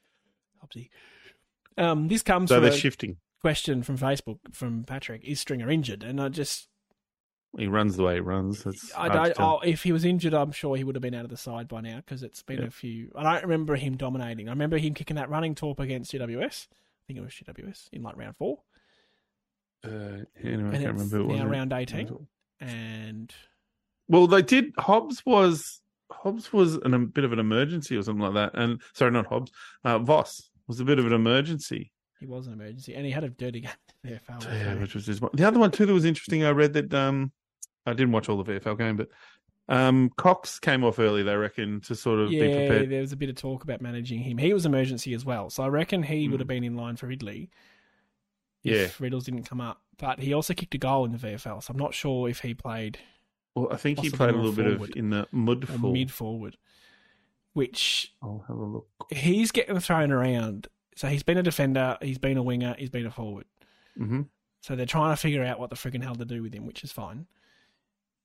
Speaker 1: Obviously. Um, this comes
Speaker 2: So
Speaker 1: from
Speaker 2: they're
Speaker 1: a
Speaker 2: shifting.
Speaker 1: question from Facebook from Patrick: Is Stringer injured? And I just,
Speaker 2: He runs the way he runs. That's
Speaker 1: I
Speaker 2: hard to
Speaker 1: don't.
Speaker 2: tell.
Speaker 1: Oh, if he was injured, I'm sure he would have been out of the side by now because it's been
Speaker 2: Yeah.
Speaker 1: a few. I don't remember him dominating. I remember him kicking that running torp against GWS. I think it was GWS in like round four
Speaker 2: Uh, anyway, I
Speaker 1: and
Speaker 2: can't
Speaker 1: it's
Speaker 2: remember. It was
Speaker 1: now round 18. and
Speaker 2: Well, they did. Hobbs was Hobbs was an, a bit of an emergency or something like that. And sorry, not Hobbs. Uh, Voss was a bit of an emergency.
Speaker 1: he was an emergency and he had a dirty <laughs> game. in the VFL.
Speaker 2: Yeah, which was just the other one too that was interesting. I read that um, I didn't watch all the VFL game, but um, Cox came off early. They reckon to sort of be
Speaker 1: Yeah,
Speaker 2: prepared.
Speaker 1: there was a bit of talk about managing him. He was emergency as well, so I reckon he would
Speaker 2: Mm.
Speaker 1: have been in line for Ridley.
Speaker 2: Yeah.
Speaker 1: if Riddles didn't come up, but he also kicked a goal in the VFL, so I'm not sure if he played
Speaker 2: Well, I think he
Speaker 1: Possibly
Speaker 2: played a
Speaker 1: more
Speaker 2: little bit
Speaker 1: forward.
Speaker 2: of in the mud
Speaker 1: a
Speaker 2: full.
Speaker 1: mid forward, which
Speaker 2: I'll have a look.
Speaker 1: he's getting thrown around. So he's been a defender, he's been a winger, he's been a forward.
Speaker 2: hmm
Speaker 1: So they're trying to figure out what the friggin' hell to do with him, which is fine.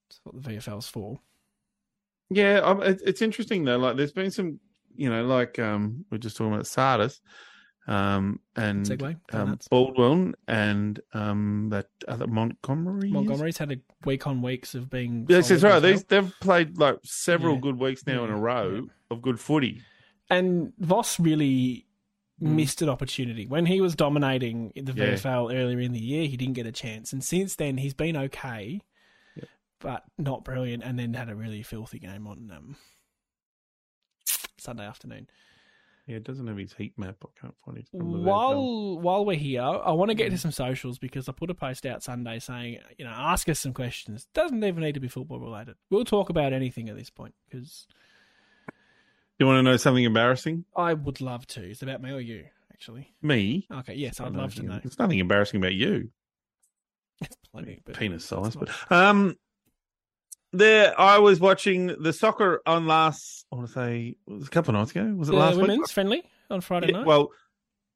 Speaker 1: That's what the VFL's for.
Speaker 2: Yeah, um, it, it's interesting though. Like, there's been some, you know, like um, we we're just talking about Sardis, um, and
Speaker 1: Segway,
Speaker 2: um,
Speaker 1: donuts.
Speaker 2: Baldwin, and um, that other Montgomery. is?
Speaker 1: Montgomery's had a week on weeks of being.
Speaker 2: Yes, that's right.
Speaker 1: solid
Speaker 2: These
Speaker 1: VFL.
Speaker 2: they've played like several
Speaker 1: Yeah.
Speaker 2: good weeks now in
Speaker 1: Yeah.
Speaker 2: a row of good footy.
Speaker 1: And Voss really
Speaker 2: Mm.
Speaker 1: missed an opportunity. When he was dominating in the
Speaker 2: Yeah.
Speaker 1: VFL earlier in the year, he didn't get a chance. And since then, he's been okay,
Speaker 2: Yep.
Speaker 1: but not brilliant. And then had a really filthy game on um, Sunday afternoon.
Speaker 2: Yeah, it doesn't have his heat map. I can't find his number there, Phil.
Speaker 1: While while we're here, I want to get to some socials because I put a post out Sunday saying, you know, ask us some questions. Doesn't even need to be football related. We'll talk about anything at this point because
Speaker 2: you want to know something embarrassing?
Speaker 1: I would love to. It's about me or you, actually.
Speaker 2: Me?
Speaker 1: Okay, yes,
Speaker 2: I
Speaker 1: I'd
Speaker 2: don't
Speaker 1: love to
Speaker 2: think-
Speaker 1: know.
Speaker 2: <laughs> There's nothing embarrassing about you,
Speaker 1: Plenty, but
Speaker 2: penis size.
Speaker 1: it's
Speaker 2: But
Speaker 1: not-
Speaker 2: um, there I was watching the soccer on last. I want to say it was a couple of nights ago. Was it
Speaker 1: The
Speaker 2: last
Speaker 1: women's
Speaker 2: week?
Speaker 1: friendly on Friday
Speaker 2: Yeah,
Speaker 1: night.
Speaker 2: Well,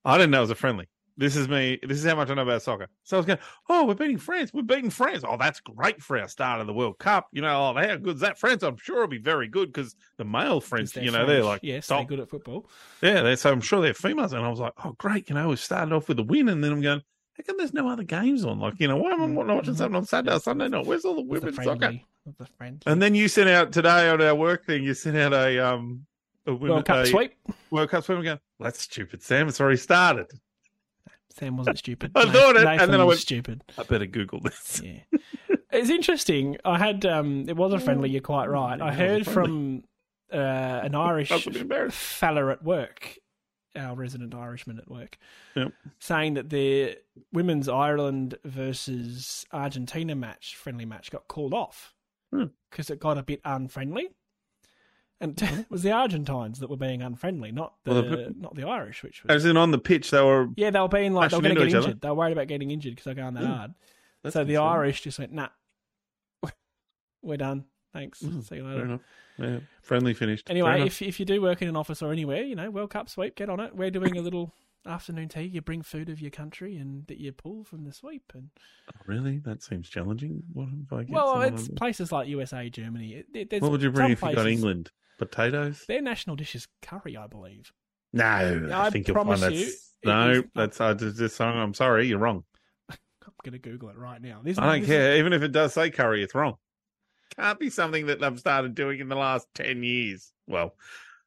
Speaker 2: I didn't know it was a friendly. This is me. This is how much I know about soccer. So I was going, oh, we're beating France. We're beating France. Oh, that's great for our start of the World Cup. You know, oh, how good's that? France, I'm sure, will be very good because the male
Speaker 1: 'Cause
Speaker 2: French,
Speaker 1: they're
Speaker 2: you know, they're
Speaker 1: French.
Speaker 2: like
Speaker 1: yes,
Speaker 2: top
Speaker 1: they're good at football.
Speaker 2: Yeah, they, so I'm sure they're females. And I was like, oh, great. You know, we started off with a win. And then I'm going, how come there's no other games on? Like, you know, why am I not watching something on Saturday or Sunday night? Where's all the
Speaker 1: With the
Speaker 2: women's soccer?
Speaker 1: friendly, with the friendly.
Speaker 2: And then you sent out today on our work thing, you sent out a, um, a women,
Speaker 1: World Cup
Speaker 2: a
Speaker 1: sweep.
Speaker 2: World Cup swim. I'm going, well, that's stupid, Sam. It's already started.
Speaker 1: Sam wasn't stupid.
Speaker 2: <laughs> I
Speaker 1: Na-
Speaker 2: thought it, and
Speaker 1: Nathan
Speaker 2: then I
Speaker 1: was
Speaker 2: went-
Speaker 1: stupid.
Speaker 2: I better Google <laughs> this.
Speaker 1: Yeah. it's interesting. I had um it was a friendly, you're quite right. I
Speaker 2: Yeah, it
Speaker 1: heard
Speaker 2: was a
Speaker 1: from uh, an
Speaker 2: <laughs>
Speaker 1: Irish
Speaker 2: That's a bit embarrassing.
Speaker 1: fella at work, our resident Irishman at work,
Speaker 2: Yep.
Speaker 1: saying that the women's Ireland versus Argentina match, friendly match, got called off
Speaker 2: Hmm.
Speaker 1: because it got a bit unfriendly. And <laughs> it was the Argentines that were being unfriendly, not the
Speaker 2: Hmm. Well, the-
Speaker 1: not the Irish, which was
Speaker 2: As in on the pitch, they were.
Speaker 1: yeah, they were being like they were going
Speaker 2: Smashing
Speaker 1: to
Speaker 2: into
Speaker 1: get
Speaker 2: each other. Hmm.
Speaker 1: injured. They were worried about getting injured because they're going that
Speaker 2: Yeah.
Speaker 1: hard.
Speaker 2: That's
Speaker 1: so the
Speaker 2: concerning.
Speaker 1: Irish just went, nah, <laughs> we're done. Thanks.
Speaker 2: Mm,
Speaker 1: See you
Speaker 2: Fair
Speaker 1: later.
Speaker 2: enough. Yeah, friendly finished. Fair
Speaker 1: Anyway,
Speaker 2: enough.
Speaker 1: if if you do work in an office or anywhere, you know, World Cup sweep, get on it. We're
Speaker 2: <laughs>
Speaker 1: doing a little afternoon tea. You bring food of your country and that you pull from the sweep. And
Speaker 2: really, that seems challenging. What if I get
Speaker 1: well,
Speaker 2: someone
Speaker 1: it's
Speaker 2: on-
Speaker 1: places like USA, Germany. It, it- there's
Speaker 2: what would you bring
Speaker 1: some
Speaker 2: if you got
Speaker 1: places-
Speaker 2: England? Potatoes?
Speaker 1: Their national dish is curry, I believe.
Speaker 2: No, I,
Speaker 1: I
Speaker 2: think you'll
Speaker 1: promise
Speaker 2: find that's
Speaker 1: you, it
Speaker 2: no.
Speaker 1: is-
Speaker 2: That's I just, just I'm sorry, you're wrong.
Speaker 1: I'm gonna Google it right now. This
Speaker 2: I don't
Speaker 1: this
Speaker 2: care. Even if it does say curry, it's wrong. Can't be something that I've started doing in the last ten years. Well,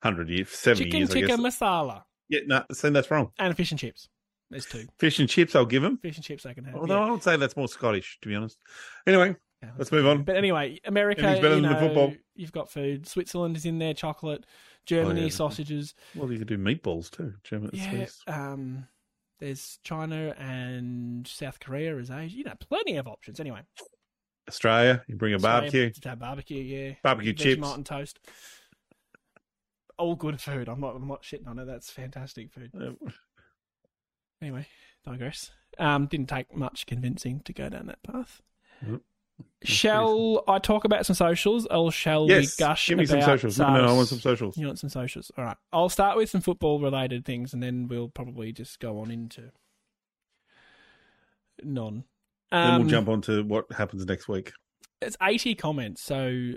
Speaker 2: hundred years, seventy
Speaker 1: Chicken
Speaker 2: years. I
Speaker 1: tikka
Speaker 2: guess.
Speaker 1: masala
Speaker 2: yeah, no, so that's wrong.
Speaker 1: and fish and chips. There's two
Speaker 2: Fish and chips, I'll give them.
Speaker 1: fish and chips I can have.
Speaker 2: Although
Speaker 1: yeah.
Speaker 2: I would say that's more Scottish, to be honest. Anyway,
Speaker 1: Yeah.
Speaker 2: let's move on.
Speaker 1: But anyway, America,
Speaker 2: Anything's better
Speaker 1: you
Speaker 2: than the
Speaker 1: know,
Speaker 2: football.
Speaker 1: You've got food. Switzerland is in there. Chocolate. Germany
Speaker 2: Oh, yeah.
Speaker 1: sausages.
Speaker 2: Well, you could do meatballs too. German,
Speaker 1: Yeah.
Speaker 2: Swiss.
Speaker 1: Um, there's China and South Korea is Asia. You know, plenty of options. Anyway,
Speaker 2: Australia, you bring a
Speaker 1: Australia,
Speaker 2: barbecue,
Speaker 1: To have barbecue, yeah.
Speaker 2: barbecue
Speaker 1: Vegemite
Speaker 2: chips.
Speaker 1: and toast. All good food. I'm not. I'm not shitting on it. That's fantastic food.
Speaker 2: Uh,
Speaker 1: Anyway, digress. Um, didn't take much convincing to go down that path.
Speaker 2: Yep.
Speaker 1: Shall I talk about some socials, or shall
Speaker 2: Yes,
Speaker 1: we gush
Speaker 2: give me some
Speaker 1: about
Speaker 2: socials. No, no, no, I
Speaker 1: SARS?
Speaker 2: want some socials.
Speaker 1: You want some socials? All right. I'll start with some football-related things, and then we'll probably just go on into none.
Speaker 2: then
Speaker 1: Um,
Speaker 2: we'll jump on to what happens next week.
Speaker 1: It's eighty comments, so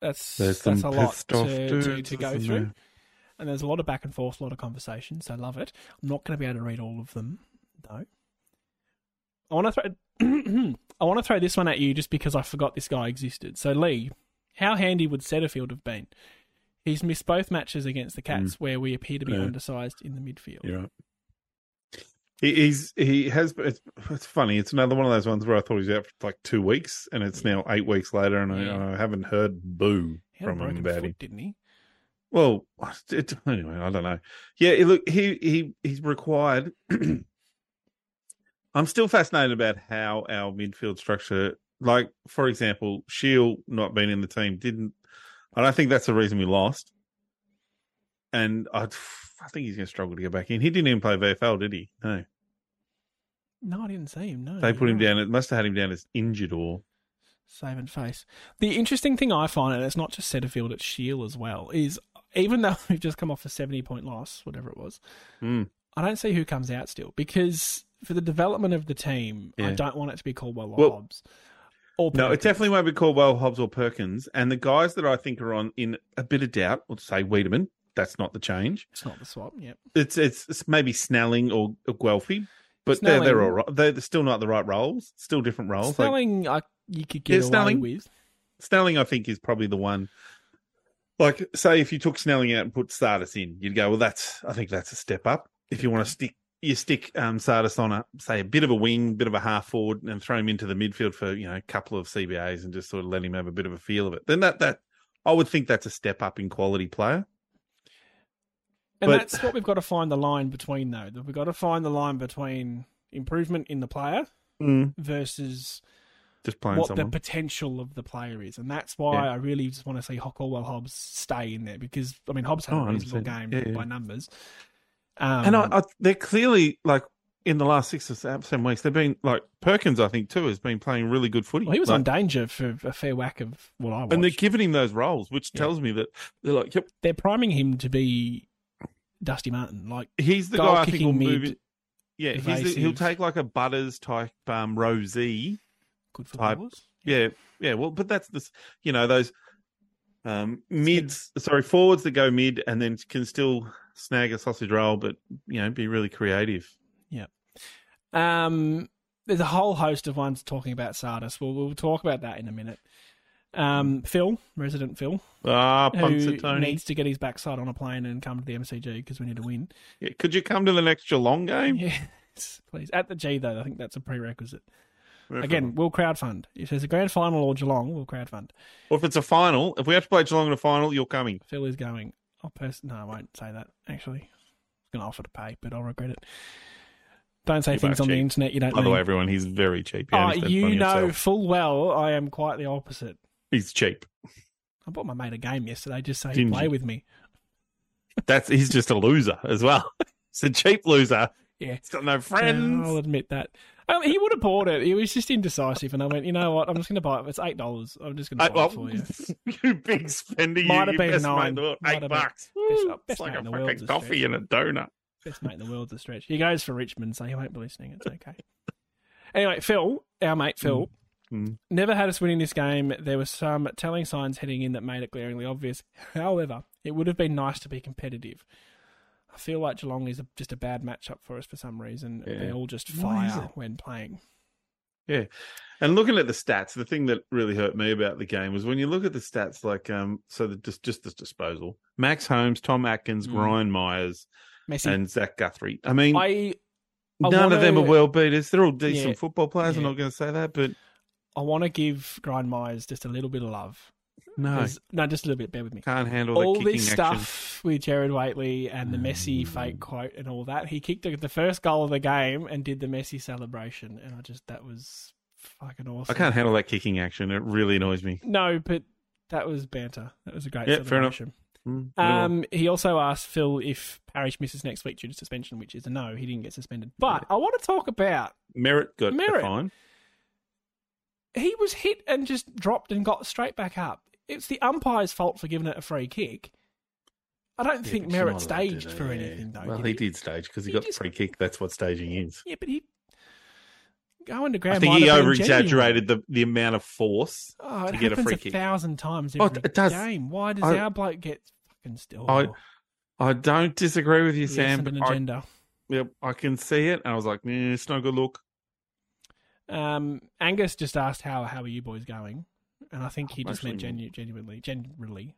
Speaker 1: that's
Speaker 2: There's
Speaker 1: that's
Speaker 2: some
Speaker 1: a lot
Speaker 2: pissed off
Speaker 1: to, to,
Speaker 2: dudes,
Speaker 1: to go
Speaker 2: isn't
Speaker 1: through.
Speaker 2: there?
Speaker 1: And there's a lot of back and forth, a lot of conversation, so love it. I'm not going to be able to read all of them, though. I want to throw <clears throat> I want to throw this one at you just because I forgot this guy existed. So Lee, how handy would Setterfield have been? He's missed both matches against the Cats where we appear to be
Speaker 2: Hmm. Yeah.
Speaker 1: undersized in the midfield.
Speaker 2: You're right. He, he's he has. It's, it's funny. It's another one of those ones where I thought he was out for like two weeks, and it's now eight weeks later, and
Speaker 1: Yeah.
Speaker 2: I, I haven't heard boo
Speaker 1: He had a
Speaker 2: from him
Speaker 1: broken
Speaker 2: about
Speaker 1: foot,
Speaker 2: him.
Speaker 1: didn't he?
Speaker 2: Well, <laughs> it, anyway, I don't know. Yeah, it- look, he he he's required. <clears throat> I'm still fascinated about how our midfield structure, like for example, Shield not being in the team didn't. I don't think that's the reason we lost. And I, I think he's going to struggle to get back in. He didn't even play VFL, did he? No,
Speaker 1: No, I didn't see him. No,
Speaker 2: they
Speaker 1: you're
Speaker 2: put him
Speaker 1: right.
Speaker 2: down. It must have had him down as injured or
Speaker 1: Save and face. The interesting thing I find, and it's not just Setterfield, it's Shield as well, is even though <laughs> we've just come off a 70 point loss, whatever it was,
Speaker 2: Hmm.
Speaker 1: I don't see who comes out still because for the development of the team, I
Speaker 2: Yeah.
Speaker 1: don't want it to be Caldwell or
Speaker 2: Well-
Speaker 1: Hobbs. Or
Speaker 2: No, it
Speaker 1: Perkins.
Speaker 2: definitely won't be Caldwell, Hobbs, or Perkins. And the guys that I think are on in a bit of doubt, let's say Wiedemann, that's not the change.
Speaker 1: It's not the swap, yep.
Speaker 2: It's it's, it's maybe Snelling or, or Guelphy, but they're they're all
Speaker 1: Snelling-
Speaker 2: right. They're still not the right roles. Still different roles. Like
Speaker 1: Snelling, I, you could get
Speaker 2: Yeah,
Speaker 1: away
Speaker 2: Snelling.
Speaker 1: with.
Speaker 2: Snelling, I think is probably the one. Like say if you took Snelling out and put Sardis in, you'd go well. That's I think that's a step up. If you want to stick. You stick um, Sardis on a say a bit of a wing, bit of a half forward, and throw him into the midfield for you know a couple of CBAs and just sort of let him have a bit of a feel of it. Then that that I would think that's a step up in quality player.
Speaker 1: And
Speaker 2: But-
Speaker 1: that's what we've got to find the line between, though. That We've got to find the line between improvement in the player versus
Speaker 2: Just playing
Speaker 1: Mm. what
Speaker 2: someone.
Speaker 1: the potential of the player is, and that's why
Speaker 2: Yeah.
Speaker 1: I really just want to see Hocklewell Hobbs stay in there because I mean Hobbs had
Speaker 2: Oh,
Speaker 1: a reasonable
Speaker 2: 100%.
Speaker 1: game
Speaker 2: Yeah, yeah.
Speaker 1: by numbers. Um,
Speaker 2: and I, I, they're clearly like in the last six or se- seven weeks, they've been like Perkins. I think too has been playing really good footy.
Speaker 1: well, he was
Speaker 2: Like,
Speaker 1: on danger for a fair whack of what I watched.
Speaker 2: and they're giving him those roles, which
Speaker 1: Yeah.
Speaker 2: tells me that they're like, "Yep,
Speaker 1: They're priming him to be Dusty Martin, like
Speaker 2: he's the
Speaker 1: goal
Speaker 2: guy." I think will
Speaker 1: kicking
Speaker 2: move. In.
Speaker 1: mid,
Speaker 2: Yeah, he's the,
Speaker 1: evasive.
Speaker 2: he'll take like a Butters type um, Rosie.
Speaker 1: good for
Speaker 2: type.
Speaker 1: balls.
Speaker 2: Yeah, yeah. Well, but that's this. You know those um mids. Sorry, forwards that go mid and then can still snag a sausage roll, but you know be really creative.
Speaker 1: Um, there's a whole host of ones talking about Sardis. We'll we'll talk about that in a minute. Um, Phil, resident Phil,
Speaker 2: Ah,
Speaker 1: who
Speaker 2: Punxsutawney.
Speaker 1: needs to get his backside on a plane and come to the MCG because we need to win.
Speaker 2: Yeah, could you come to the next Geelong game?
Speaker 1: <laughs> Yes, please. At the G though, I think that's a prerequisite.
Speaker 2: Referendum.
Speaker 1: Again, we'll crowdfund. If there's a grand final or Geelong, we'll crowdfund.
Speaker 2: Or if it's a final, if we have to play Geelong in a final, you're coming.
Speaker 1: Phil is going. I'll pers- no, I won't say that. Actually, I was going to offer to pay, but I'll regret it. Don't say
Speaker 2: You're
Speaker 1: things
Speaker 2: both
Speaker 1: on the
Speaker 2: cheap.
Speaker 1: internet you don't.
Speaker 2: By the
Speaker 1: need.
Speaker 2: way, everyone, he's very cheap. He
Speaker 1: oh,
Speaker 2: only spends
Speaker 1: you
Speaker 2: money on
Speaker 1: know
Speaker 2: himself.
Speaker 1: full well I am quite the opposite.
Speaker 2: he's cheap.
Speaker 1: I bought my mate a game yesterday just so he'd
Speaker 2: Didn't
Speaker 1: play
Speaker 2: you?
Speaker 1: with me.
Speaker 2: That's he's just a loser as well. <laughs> He's a cheap loser.
Speaker 1: Yeah.
Speaker 2: He's got no
Speaker 1: I'll
Speaker 2: friends.
Speaker 1: admit that. Um, he would have bought it. He was just indecisive, and I went, you know what? I'm just going to buy it. It's eight dollars. I'm just going
Speaker 2: I,
Speaker 1: to buy
Speaker 2: Uh, well,
Speaker 1: it for you.
Speaker 2: <laughs> you big spender.
Speaker 1: Might
Speaker 2: you,
Speaker 1: have
Speaker 2: you
Speaker 1: been
Speaker 2: best mate
Speaker 1: nine.
Speaker 2: in the world.
Speaker 1: Might
Speaker 2: Eight
Speaker 1: have been-
Speaker 2: bucks.
Speaker 1: best-
Speaker 2: Woo,
Speaker 1: best
Speaker 2: it's like
Speaker 1: mate
Speaker 2: a
Speaker 1: in the world
Speaker 2: fucking
Speaker 1: is
Speaker 2: coffee
Speaker 1: stretch.
Speaker 2: and a donut.
Speaker 1: Best mate in the world's a stretch. He goes for Richmond, so he won't be listening. It's okay. <laughs> anyway, Phil, our mate Phil,
Speaker 2: Mm.
Speaker 1: never had us winning this game. There were some telling signs heading in that made it glaringly obvious. However, it would have been nice to be competitive. I feel like Geelong is a, just a bad matchup for us for some reason.
Speaker 2: Yeah.
Speaker 1: They all just
Speaker 2: Why is
Speaker 1: fire when playing.
Speaker 2: And looking at the stats, the thing that really hurt me about the game was when you look at the stats, like um, so the, just just this disposal: Max Holmes, Tom Atkins,
Speaker 1: Mm.
Speaker 2: Brian Myers,
Speaker 1: Messi,
Speaker 2: and Zach Guthrie. I mean,
Speaker 1: I
Speaker 2: none
Speaker 1: wanna-
Speaker 2: of them are world beaters. They're all decent
Speaker 1: Yeah.
Speaker 2: football players. I'm
Speaker 1: Yeah.
Speaker 2: not going to say that, but
Speaker 1: I want to give Grind Myers just a little bit of love.
Speaker 2: no,
Speaker 1: 'Cause- No, just a little bit. Bear with me.
Speaker 2: can't handle the
Speaker 1: all
Speaker 2: kicking
Speaker 1: this
Speaker 2: action.
Speaker 1: stuff with Jared Waitley and the Messi fake quote and all that. He kicked the, the first goal of the game and did the Messi celebration, and I just that was fucking awesome.
Speaker 2: I can't handle that kicking action. It really annoys me.
Speaker 1: No, but that was banter. That was a great
Speaker 2: Yeah, fair enough.
Speaker 1: celebration.
Speaker 2: Mm, no.
Speaker 1: Um, he also asked Phil if Parish misses next week due to suspension, which is a no. He didn't get suspended. But I want to talk about
Speaker 2: Merritt got
Speaker 1: Merritt.
Speaker 2: a fine.
Speaker 1: he was hit and just dropped and got straight back up. It's the umpire's fault for giving it a free kick. I don't think Merritt staged for anything though.
Speaker 2: Well,
Speaker 1: did
Speaker 2: he
Speaker 1: he?
Speaker 2: did stage because he
Speaker 1: He
Speaker 2: got the
Speaker 1: just-
Speaker 2: free kick. That's what staging is.
Speaker 1: Yeah, but he going to grab.
Speaker 2: I think he over exaggerated
Speaker 1: over-exaggerated
Speaker 2: the, the amount of force.
Speaker 1: oh, it
Speaker 2: to get a
Speaker 1: happens
Speaker 2: free kick.
Speaker 1: a thousand times
Speaker 2: Oh,
Speaker 1: every
Speaker 2: it does.
Speaker 1: game. Why does
Speaker 2: I-
Speaker 1: our bloke get fucking still?
Speaker 2: I- I don't disagree with you, Sam, but
Speaker 1: an
Speaker 2: I,
Speaker 1: agenda.
Speaker 2: yep, I can see it. And I was like, nah, it's not a good look.
Speaker 1: Um, Angus just asked how how are you boys going, and I think he
Speaker 2: I'm
Speaker 1: just meant
Speaker 2: actually-
Speaker 1: genu- genuinely, genuinely.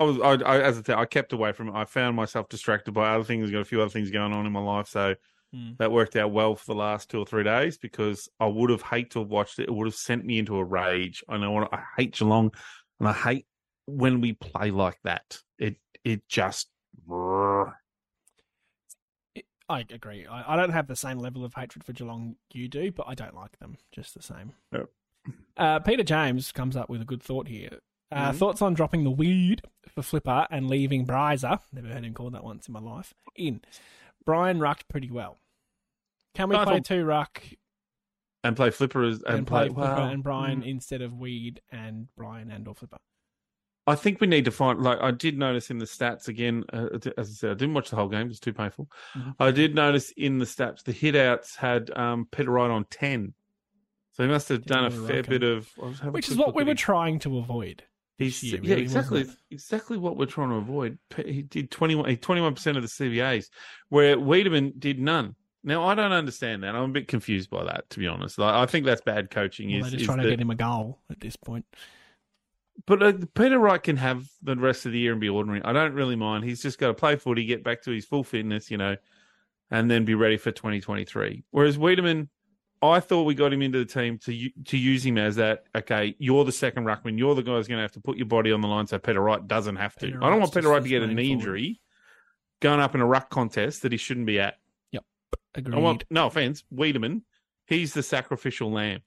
Speaker 2: I was, I, I, as I said, I kept away from it. I found myself distracted by other things. I've got a few other things going on in my life. So
Speaker 1: Mm.
Speaker 2: that worked out well for the last two or three days because I would have hated to have watched it. It would have sent me into a rage. I know I hate Geelong and I hate when we play like that. It, it just,
Speaker 1: I agree. I, I don't have the same level of hatred for Geelong you do, but I don't like them just the same.
Speaker 2: Yep.
Speaker 1: Uh, Peter James comes up with a good thought here. Uh,
Speaker 2: Mhm.
Speaker 1: Thoughts on dropping the weed for Flipper and leaving Bryza, never heard him called that once in my life, in. Brian rucked pretty well. Can we
Speaker 2: I
Speaker 1: play
Speaker 2: thought-
Speaker 1: two ruck
Speaker 2: and play Flipper as-
Speaker 1: and,
Speaker 2: and,
Speaker 1: play,
Speaker 2: play,
Speaker 1: Flipper
Speaker 2: wow.
Speaker 1: and Brian
Speaker 2: Mm.
Speaker 1: instead of weed and Brian and or Flipper?
Speaker 2: I think we need to find. Like I did notice in the stats again, uh, as I said, I didn't watch the whole game; it was too painful.
Speaker 1: Mhm.
Speaker 2: I did notice in the stats the hitouts had um, Peter Wright on ten, so he must have
Speaker 1: Yeah,
Speaker 2: done a
Speaker 1: well,
Speaker 2: fair
Speaker 1: okay.
Speaker 2: bit of. I was having a
Speaker 1: Which is
Speaker 2: quick
Speaker 1: what we
Speaker 2: look
Speaker 1: were
Speaker 2: at
Speaker 1: trying to avoid.
Speaker 2: his-
Speaker 1: this
Speaker 2: his-
Speaker 1: year,
Speaker 2: yeah,
Speaker 1: really, wasn't
Speaker 2: exactly,
Speaker 1: it?
Speaker 2: exactly what we're trying to avoid. Pe- He did twenty one, twenty one percent of the CBAs, where Wiedemann did none. Now I don't understand that. I'm a bit confused by that, to be honest. Like, I think that's bad coaching.
Speaker 1: Well,
Speaker 2: is
Speaker 1: they're just
Speaker 2: is
Speaker 1: trying
Speaker 2: that-
Speaker 1: to get him a goal at this point.
Speaker 2: But uh, Peter Wright can have the rest of the year and be ordinary. I don't really mind. He's just got to play footy, get back to his full fitness, you know, and then be ready for 2023. Whereas Wiedemann, I thought we got him into the team to u- to use him as that. Okay, you're the second ruckman. You're the guy who's going to have to put your body on the line so Peter Wright doesn't have to.
Speaker 1: Peter
Speaker 2: I
Speaker 1: Wright's
Speaker 2: don't want Peter
Speaker 1: just
Speaker 2: Wright
Speaker 1: his
Speaker 2: to get a
Speaker 1: main
Speaker 2: knee
Speaker 1: forward.
Speaker 2: injury going up in a ruck contest that he shouldn't be at.
Speaker 1: Agreed.
Speaker 2: I want no offense, Wiedemann. He's the sacrificial lamb,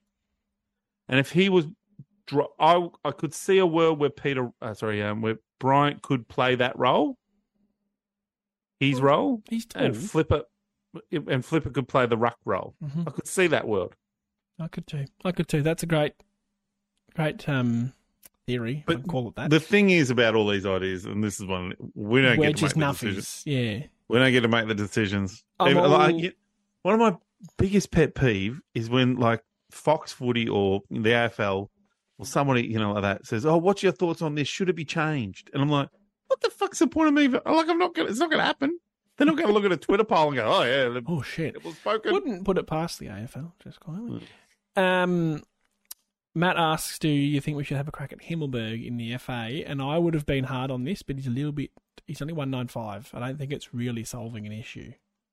Speaker 2: and if he was, dro- I I could see a world where Peter, uh, sorry, um, where Bryant could play that role, his role,
Speaker 1: He's tall.
Speaker 2: and Flipper, and Flipper could play the ruck role.
Speaker 1: Mhm.
Speaker 2: I could see that world,
Speaker 1: I could too. I could too. That's a great, great um, theory. But
Speaker 2: But
Speaker 1: I can call it that.
Speaker 2: the thing is about all these ideas, and this is one we don't
Speaker 1: We're
Speaker 2: get to make
Speaker 1: just
Speaker 2: the decisions.
Speaker 1: nuffies. Yeah.
Speaker 2: We don't get to make the decisions.
Speaker 1: I'm
Speaker 2: Even- like,
Speaker 1: all-
Speaker 2: you- one of my biggest pet peeve is when like Fox Footy or the AFL or somebody you know like that says, "Oh, what's your thoughts on this? Should it be changed?" And I'm like, "What the fuck's the point of me? Like, I'm not gonna. It's not gonna happen. They're not gonna look at a Twitter poll and go, "Oh yeah, the- <laughs>
Speaker 1: Oh shit.
Speaker 2: it was spoken."
Speaker 1: Wouldn't put it past the AFL. Just quietly.
Speaker 2: Hmm.
Speaker 1: Um, Matt asks, "Do you think we should have a crack at Himmelberg in the FA?" And I would have been hard on this, but he's a little bit. He's only one nine five. I don't think it's really solving an issue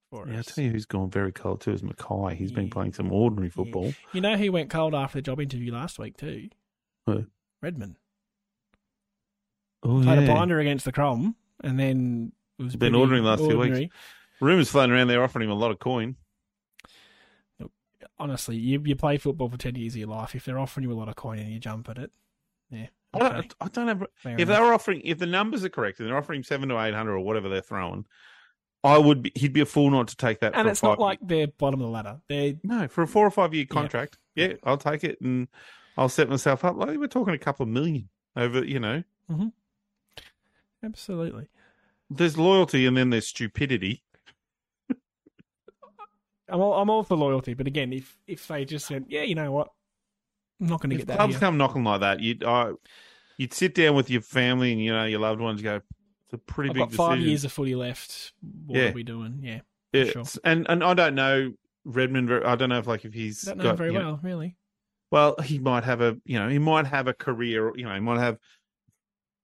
Speaker 1: for
Speaker 2: Yeah, I
Speaker 1: us.
Speaker 2: tell you who's gone very cold too is Mackay. He's been
Speaker 1: Yeah.
Speaker 2: playing some ordinary football.
Speaker 1: You know, he went cold after the job interview last week too.
Speaker 2: Who?
Speaker 1: Redmond
Speaker 2: Oh,
Speaker 1: played a
Speaker 2: yeah.
Speaker 1: blinder against the Crom, and then it was
Speaker 2: Been
Speaker 1: pretty
Speaker 2: ordinary the last few weeks.
Speaker 1: ordinary.
Speaker 2: Rumors floating around they're offering him a lot of coin.
Speaker 1: honestly, you you play football for ten years of your life. If they're offering you a lot of coin and you jump at it, yeah.
Speaker 2: I don't,
Speaker 1: okay,
Speaker 2: I don't have
Speaker 1: fair
Speaker 2: if
Speaker 1: enough.
Speaker 2: they were offering if the numbers are correct and they're offering seven to eight hundred or whatever they're throwing I would be, he'd be a fool not to take that.
Speaker 1: and
Speaker 2: for
Speaker 1: it's
Speaker 2: five
Speaker 1: not like they're bottom of the ladder. They're
Speaker 2: no for a four or five year contract. Yeah. I'll take it and I'll set myself up. Like we're talking a couple of million over. You know,
Speaker 1: absolutely.
Speaker 2: there's loyalty and then there's stupidity.
Speaker 1: I'm all, I'm all for loyalty, but again, if if they just said, yeah, you know what, I'm not going to
Speaker 2: If
Speaker 1: get that.
Speaker 2: clubs
Speaker 1: here."
Speaker 2: come knocking like that, you'd I, you'd sit down with your family and you know your loved ones. Go, it's a pretty
Speaker 1: I've
Speaker 2: big
Speaker 1: got five
Speaker 2: decision.
Speaker 1: years of footy left. What
Speaker 2: Yeah.
Speaker 1: are we doing? Yeah,
Speaker 2: It's-
Speaker 1: sure.
Speaker 2: and and I don't know Redmond. ver- I don't know if like if he's
Speaker 1: don't know
Speaker 2: got,
Speaker 1: very
Speaker 2: you know,
Speaker 1: well, really.
Speaker 2: well he might have a you know he might have a career you know he might have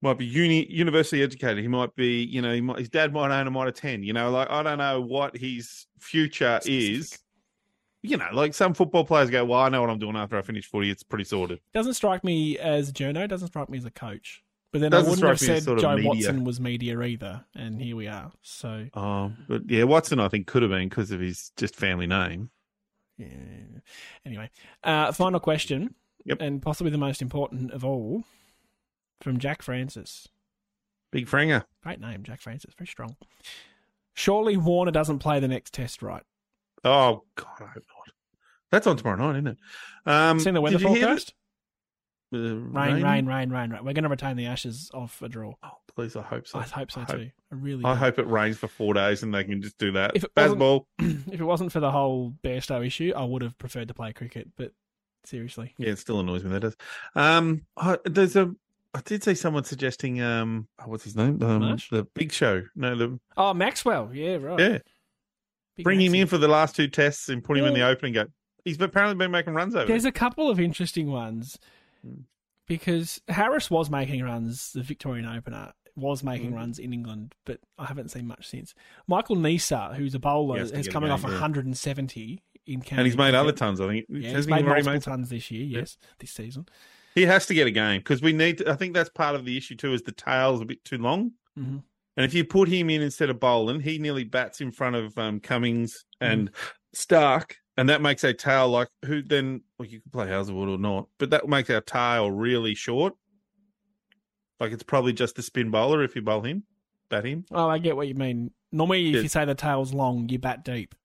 Speaker 2: might be uni university educated he might be you know he might, his dad might own a might of 10 you know like i don't know what his future is
Speaker 1: Specific.
Speaker 2: you know like some football players go well i know what i'm doing after i finish 40 it's pretty sorted
Speaker 1: Doesn't strike me as Jono. Doesn't strike me as a coach. But then I
Speaker 2: Doesn't
Speaker 1: wouldn't have
Speaker 2: strike me as
Speaker 1: said
Speaker 2: sort of
Speaker 1: Joe
Speaker 2: media.
Speaker 1: Watson was media either, and here we are. So
Speaker 2: um but yeah watson i think could have been because of his just family name
Speaker 1: yeah. Anyway, uh, final question,
Speaker 2: Yep.
Speaker 1: and possibly the most important of all, from Jack Francis.
Speaker 2: big franger
Speaker 1: Great name, Jack Francis. Very strong. Surely Warner doesn't play the next test, right?
Speaker 2: oh god i hope not that's on tomorrow night isn't it um
Speaker 1: Seen the weather
Speaker 2: did you hear
Speaker 1: forecast?
Speaker 2: that- uh,
Speaker 1: Rain, rain, rain, rain, rain, We're going to retain the ashes of a draw.
Speaker 2: oh please i hope so
Speaker 1: I hope so
Speaker 2: I hope-
Speaker 1: too. I really.
Speaker 2: I
Speaker 1: do.
Speaker 2: hope it rains for four days and they can just do that.
Speaker 1: If it wasn't-
Speaker 2: Baseball.
Speaker 1: <clears throat> if it wasn't for the whole Bairstow issue, I would have preferred to play cricket. But seriously,
Speaker 2: Yeah, it still annoys me that does. Um, I, there's a. I did see someone suggesting. Um, oh, what's his name? Um,
Speaker 1: Marsh?
Speaker 2: the Big Show. No, the
Speaker 1: oh Maxwell, yeah, right.
Speaker 2: yeah.
Speaker 1: Big
Speaker 2: Bring him
Speaker 1: Maxi.
Speaker 2: in for the last two tests and put him in the
Speaker 1: Yeah.
Speaker 2: opening game. He's apparently been making runs <laughs> over.
Speaker 1: There's a couple of interesting ones
Speaker 2: Mm.
Speaker 1: because Harris was making runs, the Victorian opener was making
Speaker 2: Mm.
Speaker 1: runs in England, but I haven't seen much since. Michael Nisa, who's a bowler,
Speaker 2: Yes, to
Speaker 1: is
Speaker 2: get a
Speaker 1: coming
Speaker 2: game,
Speaker 1: off
Speaker 2: yeah.
Speaker 1: 170 in
Speaker 2: it.
Speaker 1: Canada.
Speaker 2: and he's made other tons. I think
Speaker 1: Yeah,
Speaker 2: Hasn't
Speaker 1: he's
Speaker 2: he
Speaker 1: made
Speaker 2: already
Speaker 1: multiple
Speaker 2: made-
Speaker 1: tons this year. Yes, this season.
Speaker 2: He has to get a game because we need. To, I think that's part of the issue too. Is the tail's a bit too long.
Speaker 1: hmm
Speaker 2: And if you put him in instead of Boland, he nearly bats in front of um, Cummings
Speaker 1: Hmm.
Speaker 2: and Stark, and that makes our tail like who then well, you could play Hazelwood or not, but that makes our tail really short. Like it's probably just the spin bowler if you bowl him, bat him.
Speaker 1: Oh, I get what you mean. Normally, if
Speaker 2: Yeah.
Speaker 1: you say the tail's long, you bat deep.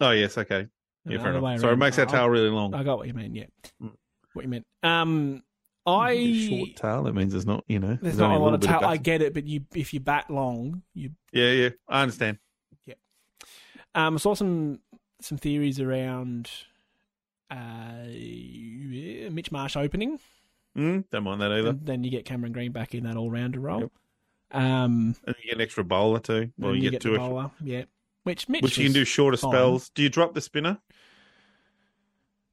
Speaker 2: Oh yes, okay, yeah,
Speaker 1: The
Speaker 2: fair
Speaker 1: other way
Speaker 2: enough. Sorry, it
Speaker 1: around.
Speaker 2: makes our
Speaker 1: I-
Speaker 2: tail really long.
Speaker 1: I got what you mean. Yeah,
Speaker 2: Mm.
Speaker 1: what you meant. Um,
Speaker 2: short
Speaker 1: I
Speaker 2: tail. That means there's not you know
Speaker 1: there's not a
Speaker 2: only
Speaker 1: lot of
Speaker 2: little
Speaker 1: tail.
Speaker 2: bit
Speaker 1: I
Speaker 2: bat-
Speaker 1: get it, but you if you bat long, you
Speaker 2: Yeah, yeah, I understand.
Speaker 1: Um, I saw some some theories around uh, Mitch Marsh opening,
Speaker 2: Mm, don't mind that either.
Speaker 1: and then you get Cameron Green back in that all rounder role.
Speaker 2: Yep.
Speaker 1: Um,
Speaker 2: And you get an extra bowler too. Well,
Speaker 1: then
Speaker 2: you,
Speaker 1: you
Speaker 2: get,
Speaker 1: the
Speaker 2: two, extra-
Speaker 1: bowler, yeah. Which Mitch
Speaker 2: which you can do
Speaker 1: was-
Speaker 2: shorter
Speaker 1: fine.
Speaker 2: spells. Do you drop the spinner?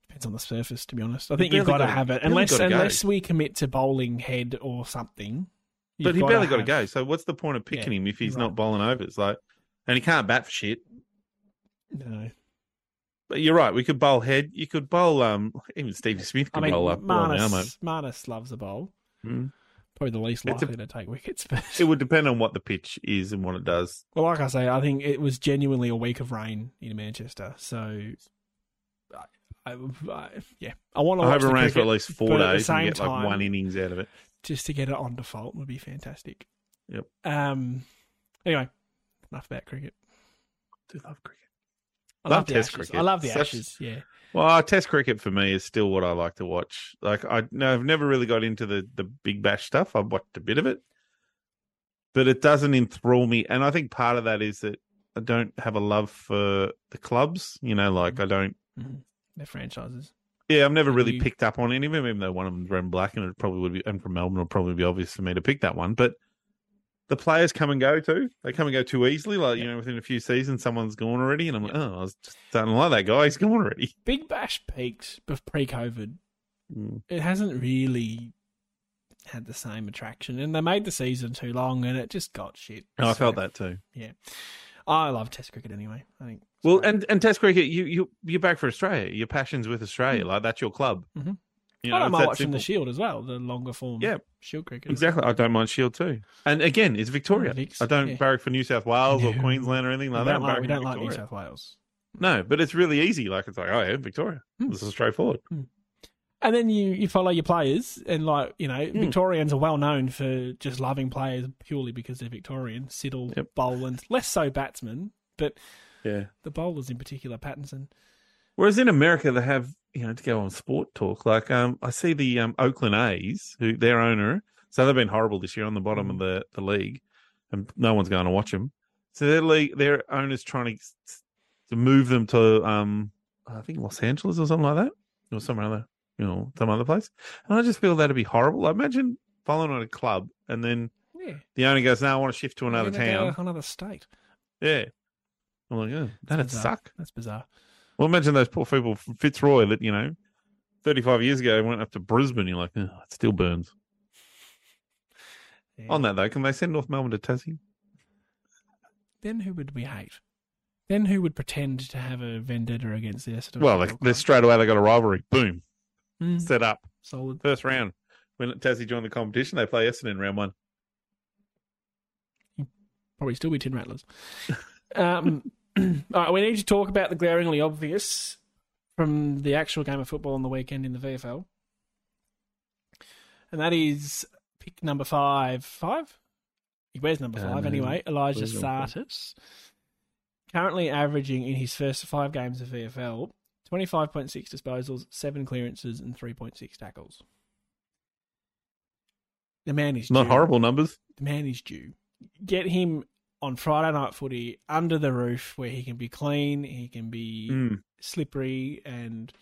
Speaker 1: depends on the surface, to be honest. I think
Speaker 2: You
Speaker 1: you've got
Speaker 2: barely
Speaker 1: to
Speaker 2: gotta-
Speaker 1: have it
Speaker 2: barely
Speaker 1: unless
Speaker 2: gotta go.
Speaker 1: unless we commit to bowling head or something. you've
Speaker 2: But he barely got to
Speaker 1: have-
Speaker 2: go. So what's the point of picking
Speaker 1: Yeah,
Speaker 2: him if he's
Speaker 1: you're
Speaker 2: not
Speaker 1: right.
Speaker 2: bowling overs? Like, and he can't bat for shit.
Speaker 1: No,
Speaker 2: But you're right. We could bowl head. You could bowl. Um, <laughs> even Stevie Smith
Speaker 1: I
Speaker 2: could
Speaker 1: mean
Speaker 2: bowl up. well now, mate.
Speaker 1: Marnus, Marnus loves a bowl.
Speaker 2: Mm.
Speaker 1: Probably the least
Speaker 2: It's a-
Speaker 1: likely to take wickets, <laughs> but
Speaker 2: It would depend on what the pitch is and what it does.
Speaker 1: Well, like I say, I think it was genuinely a week of rain in Manchester. So, I, I, I- yeah, I want to
Speaker 2: I
Speaker 1: watch
Speaker 2: hope it
Speaker 1: the
Speaker 2: rains for at
Speaker 1: cricket
Speaker 2: least four
Speaker 1: but at the
Speaker 2: days and
Speaker 1: same
Speaker 2: get like
Speaker 1: time-
Speaker 2: one innings out of it.
Speaker 1: just to get it on default would be fantastic.
Speaker 2: Yep.
Speaker 1: Um. Anyway, enough about cricket.
Speaker 2: Do love cricket.
Speaker 1: I
Speaker 2: Love
Speaker 1: love, the ashes.
Speaker 2: Test
Speaker 1: I
Speaker 2: cricket.
Speaker 1: love the
Speaker 2: Such-
Speaker 1: ashes. Yeah.
Speaker 2: Well, Test cricket for me is still what I like to watch. Like I no, I've never really got into the the Big Bash stuff. I've watched a bit of it, but it doesn't enthrall me. And I think part of that is that I don't have a love for the clubs. You know, like I don't.
Speaker 1: Mhm. They're franchises.
Speaker 2: Yeah, I've never
Speaker 1: Have
Speaker 2: really
Speaker 1: you-
Speaker 2: picked up on any of them, even though one of them's red and black, and it probably would be. And from Melbourne, it'd probably be obvious for me to pick that one. But the players come and go too. They come and go too easily. Like you know, within a few seasons, someone's gone already, and I'm like, oh, I was just starting to like that guy. He's <laughs> gone already.
Speaker 1: Big Bash peaked pre-COVID. It hasn't really had the same attraction, and they made the season too long, and it just got shit.
Speaker 2: Oh, I felt
Speaker 1: So,
Speaker 2: that too.
Speaker 1: I love Test cricket anyway. I think. it's
Speaker 2: Well,
Speaker 1: great.
Speaker 2: and, and Test cricket, you you you're back for Australia. Your passion's with Australia, like that's your club.
Speaker 1: Mhm.
Speaker 2: You
Speaker 1: Mm. I don't
Speaker 2: it's
Speaker 1: mind
Speaker 2: that
Speaker 1: watching the
Speaker 2: simple.
Speaker 1: Shield as well, the longer form.
Speaker 2: Yeah.
Speaker 1: Shield cricket.
Speaker 2: exactly. I don't mind Shield too. And again, it's Victoria.
Speaker 1: Vicks,
Speaker 2: I don't
Speaker 1: yeah.
Speaker 2: barrack for New South Wales or
Speaker 1: No.
Speaker 2: Queensland or anything
Speaker 1: We
Speaker 2: like that.
Speaker 1: don't,
Speaker 2: I'm
Speaker 1: like, we
Speaker 2: barracking
Speaker 1: don't
Speaker 2: for
Speaker 1: like New
Speaker 2: Victoria.
Speaker 1: South Wales.
Speaker 2: No, but it's really easy. Like it's like, oh yeah, Victoria.
Speaker 1: Hmm.
Speaker 2: This is straightforward.
Speaker 1: And then you, you follow your players, and like you know,
Speaker 2: Hmm.
Speaker 1: Victorians are well known for just loving players purely because they're Victorian. Siddle,
Speaker 2: Yep.
Speaker 1: Boland, less so batsmen, but
Speaker 2: Yeah.
Speaker 1: the bowlers in particular, Pattinson.
Speaker 2: Whereas in America, they have you know to go on sport talk. Like um, I see the um, Oakland A's, who their owner, so they've been horrible this year on the bottom
Speaker 1: Hmm.
Speaker 2: of the, the league, and no one's going to watch them. So their league, their owners trying to to move them to um, I think Los Angeles or something like that, or some other you know some other place. And I just feel that'd be horrible. Like, imagine following on a club and then
Speaker 1: Yeah,
Speaker 2: the owner goes, "No, I want to shift to another
Speaker 1: They're gonna go
Speaker 2: town."
Speaker 1: to another state.
Speaker 2: Yeah, I'm like, oh, that'd
Speaker 1: Bizarre.
Speaker 2: suck.
Speaker 1: That's bizarre.
Speaker 2: Well, imagine those poor people from Fitzroy that, you know, 35 years ago went up to Brisbane. You're like, oh, it still burns.
Speaker 1: Yeah.
Speaker 2: On that, though, can they send North Melbourne to Tassie?
Speaker 1: then who would we hate? Then who would pretend to have a vendetta against the Essendon?
Speaker 2: Well, they,
Speaker 1: Football
Speaker 2: they
Speaker 1: Club?
Speaker 2: straight away they got a rivalry. Boom.
Speaker 1: Mm,
Speaker 2: Set up.
Speaker 1: solid.
Speaker 2: First round. When Tassie joined the competition, they play Essendon round one.
Speaker 1: Probably still be tin rattlers. Um, <clears throat> all right, we need to talk about the glaringly obvious from the actual game of football on the weekend in the VFL, and that is pick number five. Five. Where's number
Speaker 2: Um,
Speaker 1: five anyway? Elijah
Speaker 2: where's number five?
Speaker 1: Sartis, currently averaging in his first five games of VFL. 25.6 disposals, 7 clearances, and 3.6 tackles. The man is
Speaker 2: Not
Speaker 1: due.
Speaker 2: horrible numbers.
Speaker 1: The man is due. Get him on Friday night footy under the roof where he can be clean, he can be
Speaker 2: Mm.
Speaker 1: slippery, and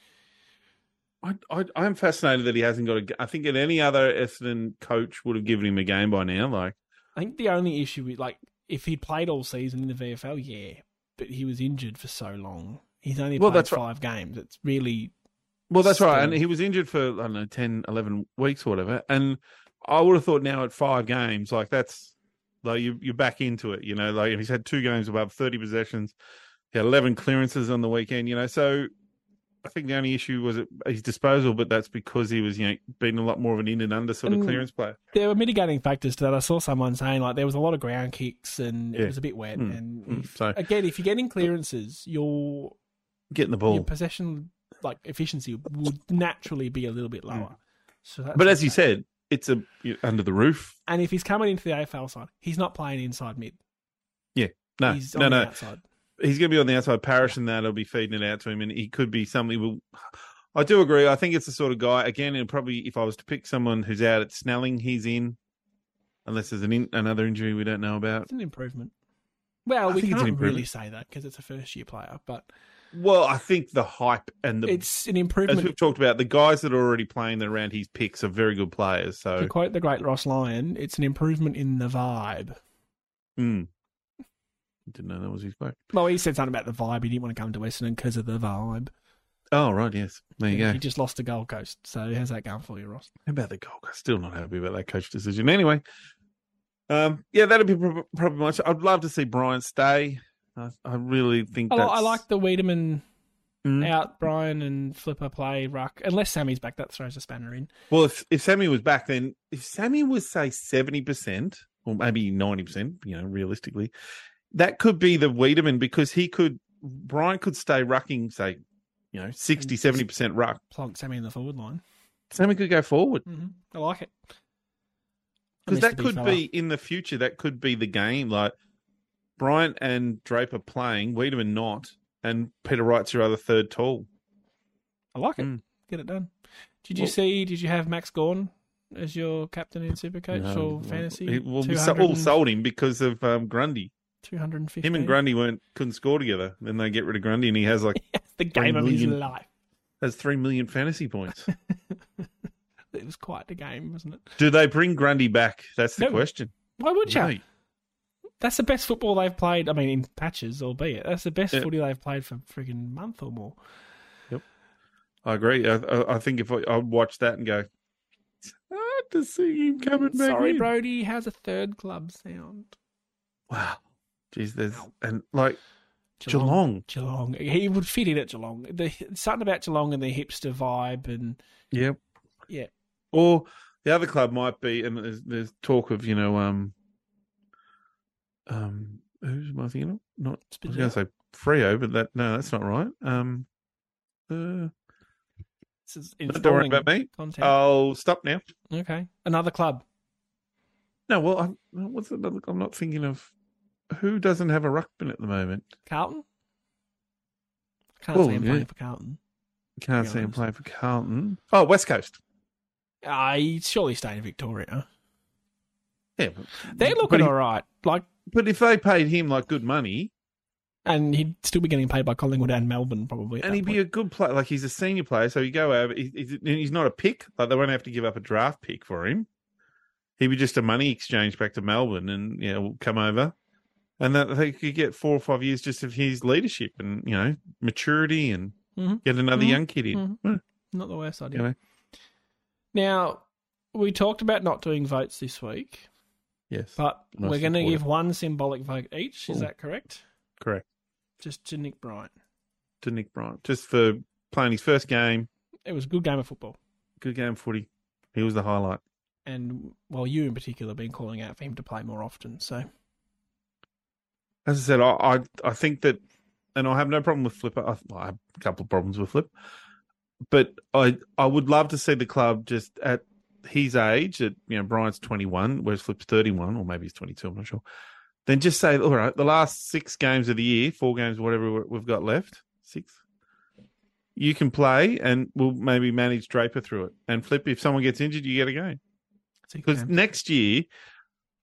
Speaker 2: I, I, I'm fascinated that he hasn't got a. g- I think at any other Essendon coach would have given him a game by now. Like,
Speaker 1: I think the only issue is like if he'd played all season in the VFL, yeah, but he was injured for so long. He's only
Speaker 2: Well,
Speaker 1: played
Speaker 2: that's right.
Speaker 1: five games. It's really
Speaker 2: Well, that's right.
Speaker 1: Still.
Speaker 2: And he was injured for, I don't know, 10, 11 weeks or whatever. And I would have thought now at five games, like that's, like you, you're back into it, you know, like if he's had two games above 30 possessions, he had 11 clearances on the weekend, you know. So I think the only issue was at his disposal, but that's because he was, you know, being a lot more of an in and under sort of
Speaker 1: And-
Speaker 2: clearance player.
Speaker 1: there were mitigating factors to that. I saw someone saying like there was a lot of ground kicks and it
Speaker 2: Yeah.
Speaker 1: was a bit wet.
Speaker 2: Mm,
Speaker 1: And
Speaker 2: mm,
Speaker 1: if-
Speaker 2: so-
Speaker 1: again, if you're getting clearances, you're
Speaker 2: Getting the
Speaker 1: your
Speaker 2: ball.
Speaker 1: possession like efficiency would naturally be a little bit lower. So that's
Speaker 2: Mm. But as you
Speaker 1: okay.
Speaker 2: said, it's a you're under the roof.
Speaker 1: and if he's coming into the AFL side, he's not playing inside mid.
Speaker 2: No,
Speaker 1: he's on the
Speaker 2: no, no.
Speaker 1: outside.
Speaker 2: he's going to be on the outside. Parish and that'll be feeding it out to him, and he could be something. Will I do agree? I think it's the sort of guy again, and probably if I was to pick someone who's out at Snelling, he's in, unless there's an in, another injury we don't know about.
Speaker 1: It's an improvement. Well,
Speaker 2: I
Speaker 1: we
Speaker 2: think it's an
Speaker 1: can't really
Speaker 2: improvement.
Speaker 1: say that because it's a first year player, but
Speaker 2: Well, I think the hype and the
Speaker 1: it's an
Speaker 2: as
Speaker 1: improvement.
Speaker 2: we've talked about, the guys that are already playing that are around his picks are very good players.
Speaker 1: To
Speaker 2: So,
Speaker 1: quote the great Ross Lyon, it's an improvement in the vibe.
Speaker 2: mm. didn't know that was his quote.
Speaker 1: Well, he said something about the vibe. He didn't want to come to Essendon because of the vibe.
Speaker 2: Oh right, yes, there you go.
Speaker 1: He just lost to Gold Coast, so how's that going for you, Ross?
Speaker 2: How about the goal? I'm still not happy about that coach decision. Anyway, um, yeah, that'd be prob- probably much. I'd love to see Brian stay. I, I really think
Speaker 1: Oh, I, li-
Speaker 2: that's,
Speaker 1: I like the Wiedemann
Speaker 2: Mm.
Speaker 1: out, Brian and Flipper play ruck. Unless Sammy's back, that throws a spanner in.
Speaker 2: Well, if if Sammy was back, then if Sammy was say seventy percent or maybe ninety percent, you know, realistically, that could be the Wiedemann because he could Brian could stay rucking say, you know,
Speaker 1: Mm,
Speaker 2: 60 70 percent ruck.
Speaker 1: Plonk Sammy in the forward line.
Speaker 2: Sammy could go forward.
Speaker 1: hmm I like it. I miss
Speaker 2: because that
Speaker 1: the big
Speaker 2: could
Speaker 1: fella.
Speaker 2: be in the future. That could be the game. Like Bryant and Draper playing, Wiedemann not, and Peter Wright's your other third tall.
Speaker 1: I like it.
Speaker 2: Mm.
Speaker 1: Get it done. Did you
Speaker 2: Well-
Speaker 1: see? Did you have Max Gorn as your captain in Supercoach
Speaker 2: No,
Speaker 1: or
Speaker 2: well,
Speaker 1: fantasy?
Speaker 2: It, well, we so- all sold him because of um, Grundy.
Speaker 1: 215.
Speaker 2: Him and
Speaker 1: <laughs>
Speaker 2: Grundy weren't couldn't score together. Then they get rid of Grundy, and he has like
Speaker 1: the game of his
Speaker 2: million.
Speaker 1: life.
Speaker 2: has three million fantasy points.
Speaker 1: It was quite the game, wasn't it?
Speaker 2: Do they bring Grundy back? That's the
Speaker 1: No,
Speaker 2: question.
Speaker 1: Why would you?
Speaker 2: Really?
Speaker 1: That's the best football they've played. I mean, in patches, albeit. That's the best
Speaker 2: Yeah.
Speaker 1: footy they've played for friggin' month or more.
Speaker 2: I agree. I, I, I think if I, I'd watch that and go, it's hard to see him coming back.
Speaker 1: Sorry,
Speaker 2: in."
Speaker 1: Brody. How's a third club sound?
Speaker 2: Wow. Jeez, there's and like Geelong.
Speaker 1: Geelong. He would fit in at Geelong. The, something about Geelong and the hipster vibe and
Speaker 2: Yeah.
Speaker 1: Yeah.
Speaker 2: Or the other club might be, and there's, there's talk of you know, um, um, who's am I thinking of? Not I was going to say Frio, but that no, that's not right. Um, uh,
Speaker 1: It's
Speaker 2: Don't worry about me. Uh,
Speaker 1: Content.
Speaker 2: I'll stop now.
Speaker 1: Okay. Another club.
Speaker 2: No, well, I'm, what's another? I'm not thinking of who doesn't have a ruckman at the moment.
Speaker 1: Carlton? I can't
Speaker 2: Well,
Speaker 1: see him
Speaker 2: yeah.
Speaker 1: playing for Carlton.
Speaker 2: Can't
Speaker 1: Yeah,
Speaker 2: see him
Speaker 1: that's-
Speaker 2: play for Carlton. Oh, West Coast.
Speaker 1: I he's Ah, surely stayed in Victoria.
Speaker 2: Yeah, but,
Speaker 1: They're
Speaker 2: but,
Speaker 1: looking
Speaker 2: he-
Speaker 1: all right. Like,
Speaker 2: but if they paid him like good money,
Speaker 1: and he'd still be getting paid by Collingwood and Melbourne probably. at
Speaker 2: and
Speaker 1: that
Speaker 2: he'd be
Speaker 1: point.
Speaker 2: a good player, like he's a senior player, so you go over. he- He's, he's not a pick. Like they won't have to give up a draft pick for him. He'd be just a money exchange back to Melbourne, and you know come over, and that they could get four or five years just of his leadership and you know maturity, and
Speaker 1: Mhm.
Speaker 2: get another
Speaker 1: Mhm.
Speaker 2: young kid in.
Speaker 1: Mhm.
Speaker 2: Well,
Speaker 1: not the worst idea.
Speaker 2: You know.
Speaker 1: Now, we talked about not doing votes this week,
Speaker 2: Yes,
Speaker 1: but
Speaker 2: Nice
Speaker 1: we're going to
Speaker 2: and
Speaker 1: give one symbolic vote each. Is
Speaker 2: Cool.
Speaker 1: that correct?
Speaker 2: correct.
Speaker 1: Just to Nick Bryant.
Speaker 2: To Nick Bryant, just for playing his first game,
Speaker 1: It was a good game of football.
Speaker 2: good game of footy. He was the highlight.
Speaker 1: And, well, you in particular have been calling out for him to play more often. So,
Speaker 2: As I said, I, I I think that, and I have no problem with Flipper. I, I have a couple of problems with Flip, but I I would love to see the club just at his age. At you know Brian's twenty one, whereas Flip's thirty one, or maybe he's twenty two. I'm not sure. Then just say, all right, the last six games of the year, four games, whatever we've got left, six. You can play, and we'll maybe manage Draper through it. And Flip, if someone gets injured, you get a game.
Speaker 1: it's a good
Speaker 2: Because
Speaker 1: game.
Speaker 2: next year,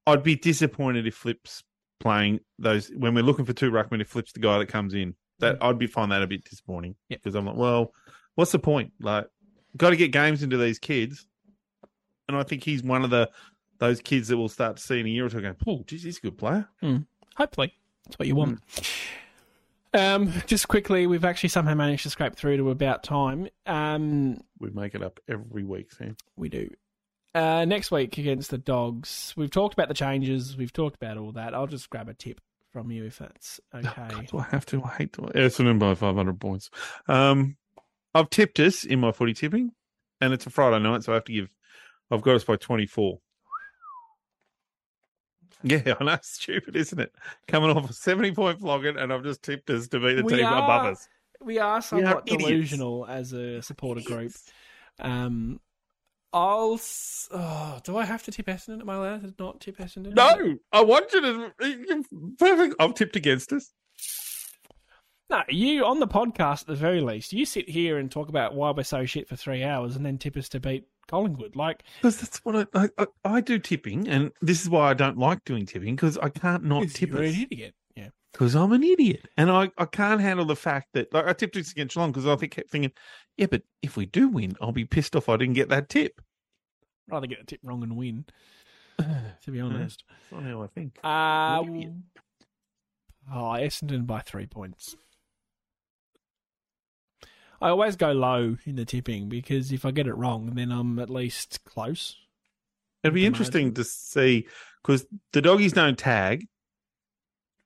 Speaker 2: I'd be disappointed if Flip's playing those when we're looking for two ruckmen. If Flip's the guy that comes in, that I'd be find that a bit disappointing.
Speaker 1: Yeah.
Speaker 2: Because I'm like, well, what's the point? Like, got to get games into these kids, and I think he's one of the those kids that we'll start to see in a year or two. Going, Paul, geez, he's a good player.
Speaker 1: Hopefully, that's what you want.
Speaker 2: Hmm.
Speaker 1: Um, just quickly, we've actually somehow managed to scrape through to about time. Um,
Speaker 2: We make it up every week, Sam.
Speaker 1: we do. Uh, next week against the Dogs, we've talked about the changes. We've talked about all that. I'll just grab a tip from you if that's okay.
Speaker 2: Oh, God, do I have to? I hate to. Essendon by 500 points. Um, I've tipped us in my footy tipping, and it's a Friday night, so I have to give. I've got us by 24. Yeah, <laughs> I know. it's Stupid, isn't it? Coming off a 70 point flogging, and I've just tipped us to be the
Speaker 1: We
Speaker 2: team above
Speaker 1: are-
Speaker 2: us.
Speaker 1: we are somewhat
Speaker 2: idiots.
Speaker 1: delusional as a supporter group. Um, I'll. s- Oh, do I have to tip Essendon? Am I allowed to not tip Essendon?
Speaker 2: No, I want you to. you're Perfect. I've tipped against us.
Speaker 1: No, you on the podcast at the very least. You sit here and talk about why we're so shit for three hours, and then tip us to beat Collingwood. Like,
Speaker 2: Because that's what I, I, I I do tipping, and this is why I don't like doing tipping because I can't not tip
Speaker 1: you're
Speaker 2: us.
Speaker 1: an idiot. Yeah,
Speaker 2: because I'm an idiot and I, I can't handle the fact that like I tipped this against Geelong because I think, kept thinking, yeah, but if we do win, I'll be pissed off I didn't get that tip.
Speaker 1: rather get a tip wrong and win.
Speaker 2: That's <laughs>
Speaker 1: To be honest,
Speaker 2: not how I think.
Speaker 1: uh,
Speaker 2: You're an idiot.
Speaker 1: oh, Essendon by three points. I always go low in the tipping because if I get it wrong, then I'm at least close.
Speaker 2: It'd be
Speaker 1: Imagine.
Speaker 2: interesting to see because the doggies don't tag,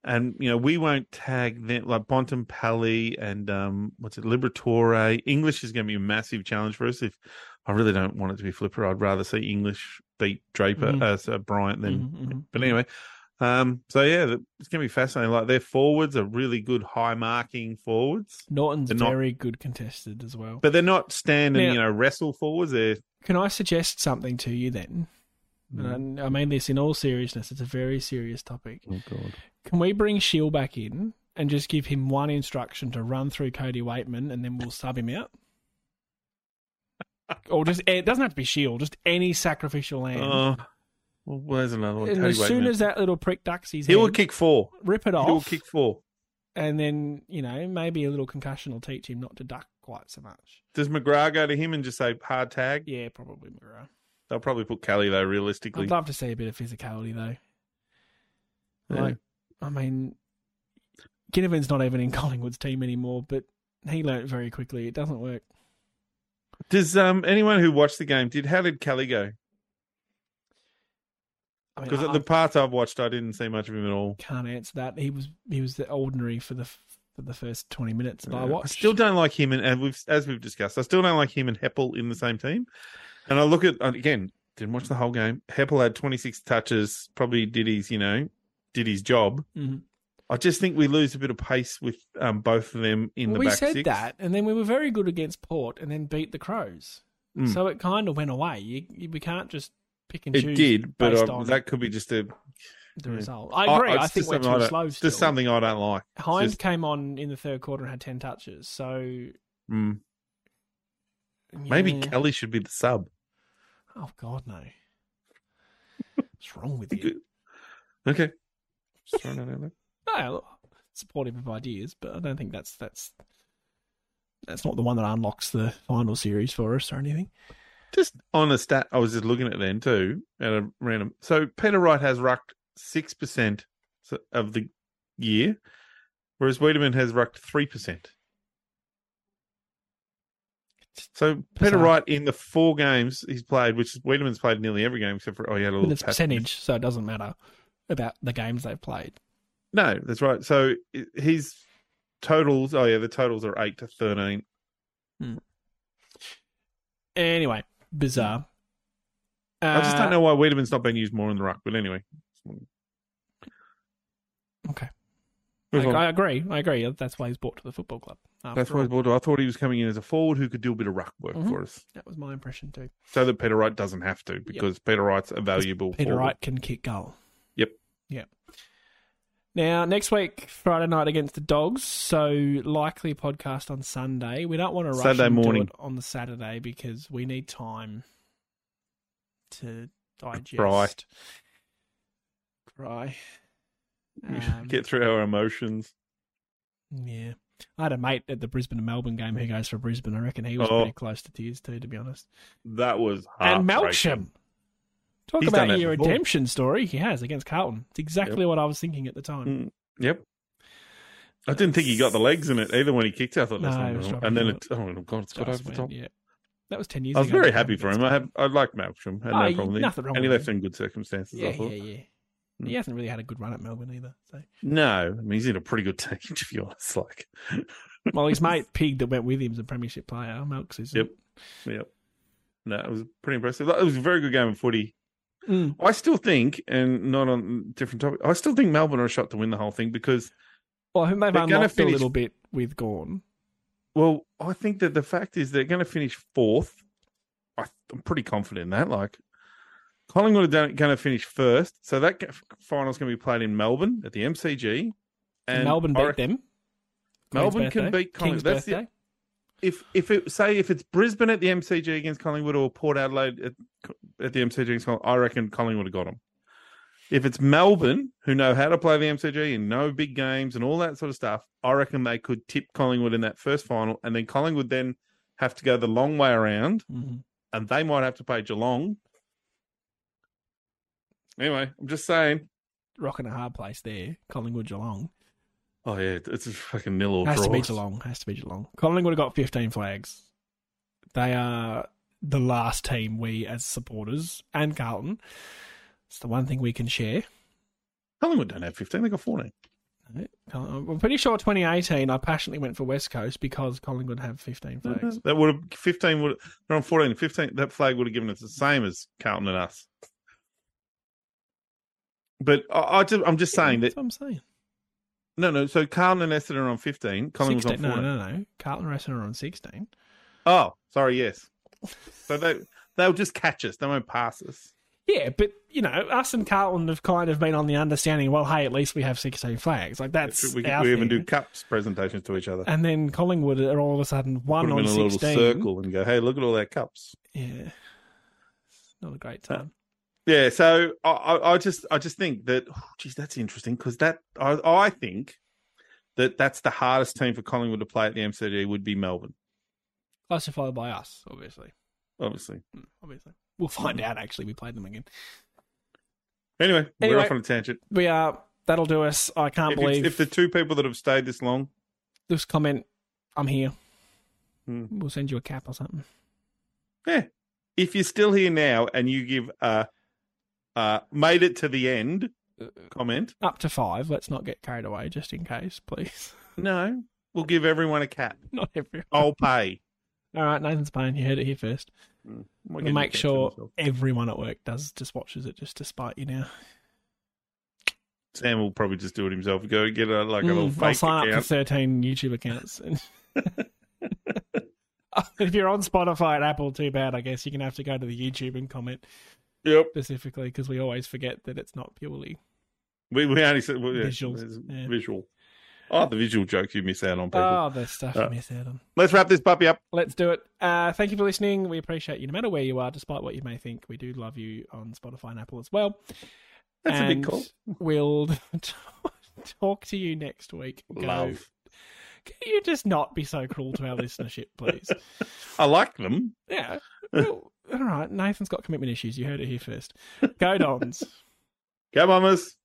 Speaker 2: and you know we won't tag them like Bonton Pally and um what's it Liberatore. English is going to be a massive challenge for us. If I really don't want it to be Flipper, I'd rather see English beat Draper
Speaker 1: Mhm.
Speaker 2: uh, so Bryant than
Speaker 1: Mhm, mhm.
Speaker 2: But anyway, um, so yeah, th- it's going to be fascinating. Like their forwards are really good, high marking forwards,
Speaker 1: Norton's
Speaker 2: They're not-
Speaker 1: very good contested as well.
Speaker 2: but they're not standing,
Speaker 1: Now-
Speaker 2: you know, wrestle forwards. They're
Speaker 1: Can I suggest something to you then?
Speaker 2: Mm.
Speaker 1: And I I mean this in all seriousness. It's a very serious topic.
Speaker 2: oh god,
Speaker 1: Can we bring Shield back in and just give him one instruction to run through Cody Waitman and then we'll sub him
Speaker 2: <laughs>
Speaker 1: out? or just eh, it doesn't have to be Shield, just any sacrificial lamb.
Speaker 2: oh, well, where's another one?
Speaker 1: and
Speaker 2: Cody
Speaker 1: as soon
Speaker 2: Wakeman.
Speaker 1: as that little prick ducks his
Speaker 2: he will
Speaker 1: head,
Speaker 2: kick four,
Speaker 1: rip it
Speaker 2: he will
Speaker 1: off,
Speaker 2: kick four.
Speaker 1: and then you know maybe a little concussion will teach him not to duck quite so much.
Speaker 2: Does McGrath go to him and just say hard tag?
Speaker 1: Yeah, probably McGrath.
Speaker 2: They'll probably put Kelly though. Realistically,
Speaker 1: I'd love to see a bit of physicality though.
Speaker 2: Yeah.
Speaker 1: Like, I mean, Ginnivan's not even in <laughs> Collingwood's team anymore, but he learnt very quickly. It doesn't work.
Speaker 2: does um anyone who watched the game did? How did Kelly go?
Speaker 1: I mean,
Speaker 2: Because
Speaker 1: I-
Speaker 2: the parts I've watched, I didn't see much of him at all.
Speaker 1: I can't answer that. He was he was the ordinary for the f- for the first twenty minutes that I watched.
Speaker 2: still don't like him, and, and we've as we've discussed, I still don't like him and Heppel in the same team. And I look at and again, didn't watch the whole game. Heppel had 26 touches, probably did his, you know, did his job.
Speaker 1: Mhm.
Speaker 2: I just think we lose a bit of pace with um, both of them in
Speaker 1: Well,
Speaker 2: the
Speaker 1: we
Speaker 2: back
Speaker 1: said
Speaker 2: six.
Speaker 1: that, and then we were very good against Port, and then beat the Crows.
Speaker 2: Mm.
Speaker 1: So it kind of went away. You, you, we can't just pick and
Speaker 2: It
Speaker 1: choose
Speaker 2: did, but
Speaker 1: based
Speaker 2: I,
Speaker 1: on
Speaker 2: that could be just a
Speaker 1: the
Speaker 2: yeah.
Speaker 1: result. I agree. I,
Speaker 2: it's
Speaker 1: think
Speaker 2: just
Speaker 1: we're
Speaker 2: something I
Speaker 1: too
Speaker 2: don't-
Speaker 1: slow. Still.
Speaker 2: just something I don't like. It's
Speaker 1: Hind
Speaker 2: just-
Speaker 1: came on in the third quarter and had ten touches. So
Speaker 2: mm. Maybe
Speaker 1: yeah.
Speaker 2: Kelly should be the sub.
Speaker 1: Oh God, no. What's wrong with you?
Speaker 2: Okay. Just throwing that out there.
Speaker 1: <laughs> No, look, supportive of ideas, but I don't think that's that's that's not the one that unlocks the final series for us or anything.
Speaker 2: Just on a stat, I was just looking at then too at a random. So Peter Wright has rucked six percent of the year, whereas Wiedemann has rucked three percent. So Peter
Speaker 1: Bizarre.
Speaker 2: Wright in the four games he's played, which Wiedemann's played nearly every game except for oh he had a little
Speaker 1: But it's
Speaker 2: tap.
Speaker 1: percentage, so it doesn't matter about the games they've played.
Speaker 2: No, that's right. So i- his totals. Oh yeah, the totals are eight to thirteen.
Speaker 1: Anyway, bizarre. Uh,
Speaker 2: I just don't know why Wiedemann's not being used more in the ruck. But anyway,
Speaker 1: Okay,
Speaker 2: Move
Speaker 1: I,
Speaker 2: on.
Speaker 1: I agree. I agree. That's why he's brought to the football club. after
Speaker 2: That's why he's
Speaker 1: all.
Speaker 2: brought to- I thought he was coming in as a forward who could do a bit of ruck work
Speaker 1: Mhm.
Speaker 2: for us.
Speaker 1: that was my impression too.
Speaker 2: so that Peter Wright doesn't have to because Peter Wright's a valuable.
Speaker 1: Peter
Speaker 2: forward.
Speaker 1: Wright can kick goal.
Speaker 2: Yep.
Speaker 1: Yep. Now, next week, Friday night against the Dogs, so likely a podcast on Sunday. We don't want to rush
Speaker 2: Saturday
Speaker 1: and do
Speaker 2: morning.
Speaker 1: it on the Saturday because we need time to digest.
Speaker 2: Cry.
Speaker 1: Cry.
Speaker 2: <laughs> We should
Speaker 1: Um,
Speaker 2: <laughs> get through our emotions.
Speaker 1: Yeah. I had a mate at the Brisbane and Melbourne game who goes for Brisbane. I reckon he was
Speaker 2: Oh.
Speaker 1: pretty close to tears too, to be honest.
Speaker 2: That was
Speaker 1: and
Speaker 2: heartbreaking.
Speaker 1: Melksham. Talk
Speaker 2: Ah, He's done
Speaker 1: about
Speaker 2: that
Speaker 1: your
Speaker 2: before.
Speaker 1: redemption story. He has against Carlton. It's exactly what I was thinking at the time.
Speaker 2: Mm, Yep. I didn't think he got the legs in it either when he kicked. it. I thought that's
Speaker 1: No,
Speaker 2: not
Speaker 1: it was
Speaker 2: normal.
Speaker 1: rubbish,
Speaker 2: And then it,
Speaker 1: wasn't
Speaker 2: oh god, it's got
Speaker 1: Just
Speaker 2: over the
Speaker 1: went,
Speaker 2: top.
Speaker 1: Yeah, that was ten years.
Speaker 2: I was
Speaker 1: ago.
Speaker 2: very happy for him. I have I like Malcolm. Had
Speaker 1: Oh,
Speaker 2: no
Speaker 1: you-
Speaker 2: problem. with him.
Speaker 1: nothing wrong
Speaker 2: and he
Speaker 1: with
Speaker 2: left
Speaker 1: him.
Speaker 2: in good circumstances.
Speaker 1: Yeah,
Speaker 2: I thought.
Speaker 1: yeah, yeah.
Speaker 2: Mm.
Speaker 1: He hasn't really had a good run at Melbourne either. So,
Speaker 2: No, I mean he's in a pretty good <laughs> team to be honest. Like,
Speaker 1: well, his mate Pig that went with him's a premiership player. Milks is.
Speaker 2: Yep. yep. No, it was pretty impressive. It was a very good game of footy.
Speaker 1: Mm.
Speaker 2: I still think, and not on different topic, I still think Melbourne are a shot to win the whole thing because
Speaker 1: Well, I think they've
Speaker 2: They're gonna
Speaker 1: unlocked
Speaker 2: finish-
Speaker 1: a little bit with Gorn.
Speaker 2: Well, I think that the fact is they're going to finish fourth. I, I'm pretty confident in that. Like Collingwood are done- going to finish first, so that g- final's going to be played in Melbourne at the MCG.
Speaker 1: And Melbourne
Speaker 2: I
Speaker 1: beat
Speaker 2: reckon
Speaker 1: them.
Speaker 2: Melbourne
Speaker 1: Queen's
Speaker 2: can
Speaker 1: birthday.
Speaker 2: beat Collingwood.
Speaker 1: King's
Speaker 2: That's the-
Speaker 1: birthday.
Speaker 2: If if it say if it's Brisbane at the MCG against Collingwood or Port Adelaide at, at the MCG against Collingwood, I reckon Collingwood have got them. If it's Melbourne, who know how to play the MCG and know big games and all that sort of stuff, I reckon they could tip Collingwood in that first final, and then Collingwood then have to go the long way around
Speaker 1: Mhm.
Speaker 2: and they might have to pay Geelong. Anyway, I'm just saying.
Speaker 1: Rocking a hard place there. Collingwood Geelong
Speaker 2: Oh yeah, it's a fucking nil or
Speaker 1: has
Speaker 2: draw.
Speaker 1: to be Geelong. Has to be Geelong. Collingwood have got fifteen flags. They are the last team we as supporters and Carlton. It's the one thing we can share.
Speaker 2: Collingwood don't have 15; they got 14.
Speaker 1: I'm pretty sure 2018 I passionately went for West Coast because Collingwood have 15 flags.
Speaker 2: That would have 15 would they're on 14 and 15. That flag would have given us the same as Carlton and us. But I, I just, I'm just saying that
Speaker 1: That's what I'm saying.
Speaker 2: no, no. So Carlton and Essendon are on 15. Collingwood's
Speaker 1: 16,
Speaker 2: on
Speaker 1: no,
Speaker 2: 14.
Speaker 1: no, no. Carlton Racing are on 16.
Speaker 2: Oh, sorry, yes. So they they'll just catch us. They won't pass us.
Speaker 1: Yeah, but you know, us and Carlton have kind of been on the understanding. Well, hey, at least we have 16 flags. Like that's,
Speaker 2: we
Speaker 1: our
Speaker 2: we even
Speaker 1: thing.
Speaker 2: do cups presentations to each other.
Speaker 1: And then Collingwood are all of a sudden one
Speaker 2: Put them
Speaker 1: on
Speaker 2: in a
Speaker 1: 16.
Speaker 2: little circle and go, "Hey, look at all their cups."
Speaker 1: Yeah, It's not a great time.
Speaker 2: Yeah, so I, I, I just I just think that oh, geez, that's interesting because that I, I think that that's the hardest team for Collingwood to play at the MCG would be Melbourne,
Speaker 1: Classified by us, obviously.
Speaker 2: obviously.
Speaker 1: Mm, Obviously, we'll find out. Actually, we played them again.
Speaker 2: Anyway,
Speaker 1: Anyway,
Speaker 2: we're off on a tangent.
Speaker 1: We are. That'll do us. I can't
Speaker 2: If, it's-
Speaker 1: believe
Speaker 2: if the two people that have stayed this long,
Speaker 1: this comment, I'm here.
Speaker 2: Hmm.
Speaker 1: We'll send you a cap or something.
Speaker 2: yeah, if you're still here now and you give a, uh made it to the end
Speaker 1: Uh, <laughs>
Speaker 2: comment,
Speaker 1: Up to five. Let's not get carried away, just in case, please. <laughs>
Speaker 2: no, we'll give everyone a cap.
Speaker 1: Not everyone.
Speaker 2: I'll pay.
Speaker 1: All right, Nathan's paying. You heard it here first.
Speaker 2: I'm not
Speaker 1: We'll
Speaker 2: getting a
Speaker 1: make
Speaker 2: cap to
Speaker 1: sure
Speaker 2: myself.
Speaker 1: everyone at work does just watches it just to spite you now.
Speaker 2: Sam will probably just do it himself. Go get a like a little
Speaker 1: Mm,
Speaker 2: fake
Speaker 1: I'll sign up
Speaker 2: account.
Speaker 1: for 13 YouTube accounts. <laughs> And- if you're on Spotify and Apple, too bad, I guess. You're going to have to go to the YouTube and comment
Speaker 2: Yep,
Speaker 1: specifically because we always forget that it's not purely.
Speaker 2: we we only said well, yeah,
Speaker 1: Visuals,
Speaker 2: there's
Speaker 1: yeah.
Speaker 2: visual. Oh, the visual jokes you miss out on people.
Speaker 1: Oh, the stuff
Speaker 2: Uh,
Speaker 1: you miss out on.
Speaker 2: Let's wrap this puppy up.
Speaker 1: Let's do it. Uh, thank you for listening. We appreciate you no matter where you are, despite what you may think. We do love you on Spotify and Apple as well.
Speaker 2: That's a
Speaker 1: And
Speaker 2: big call.
Speaker 1: We'll <laughs> t- talk to you next week. Go.
Speaker 2: Love.
Speaker 1: Can you just not be so cruel to our <laughs> listenership, please?
Speaker 2: I like them.
Speaker 1: Yeah. Well, all right. Nathan's got commitment issues. You heard it here first. Go Dons.
Speaker 2: Go, mamas.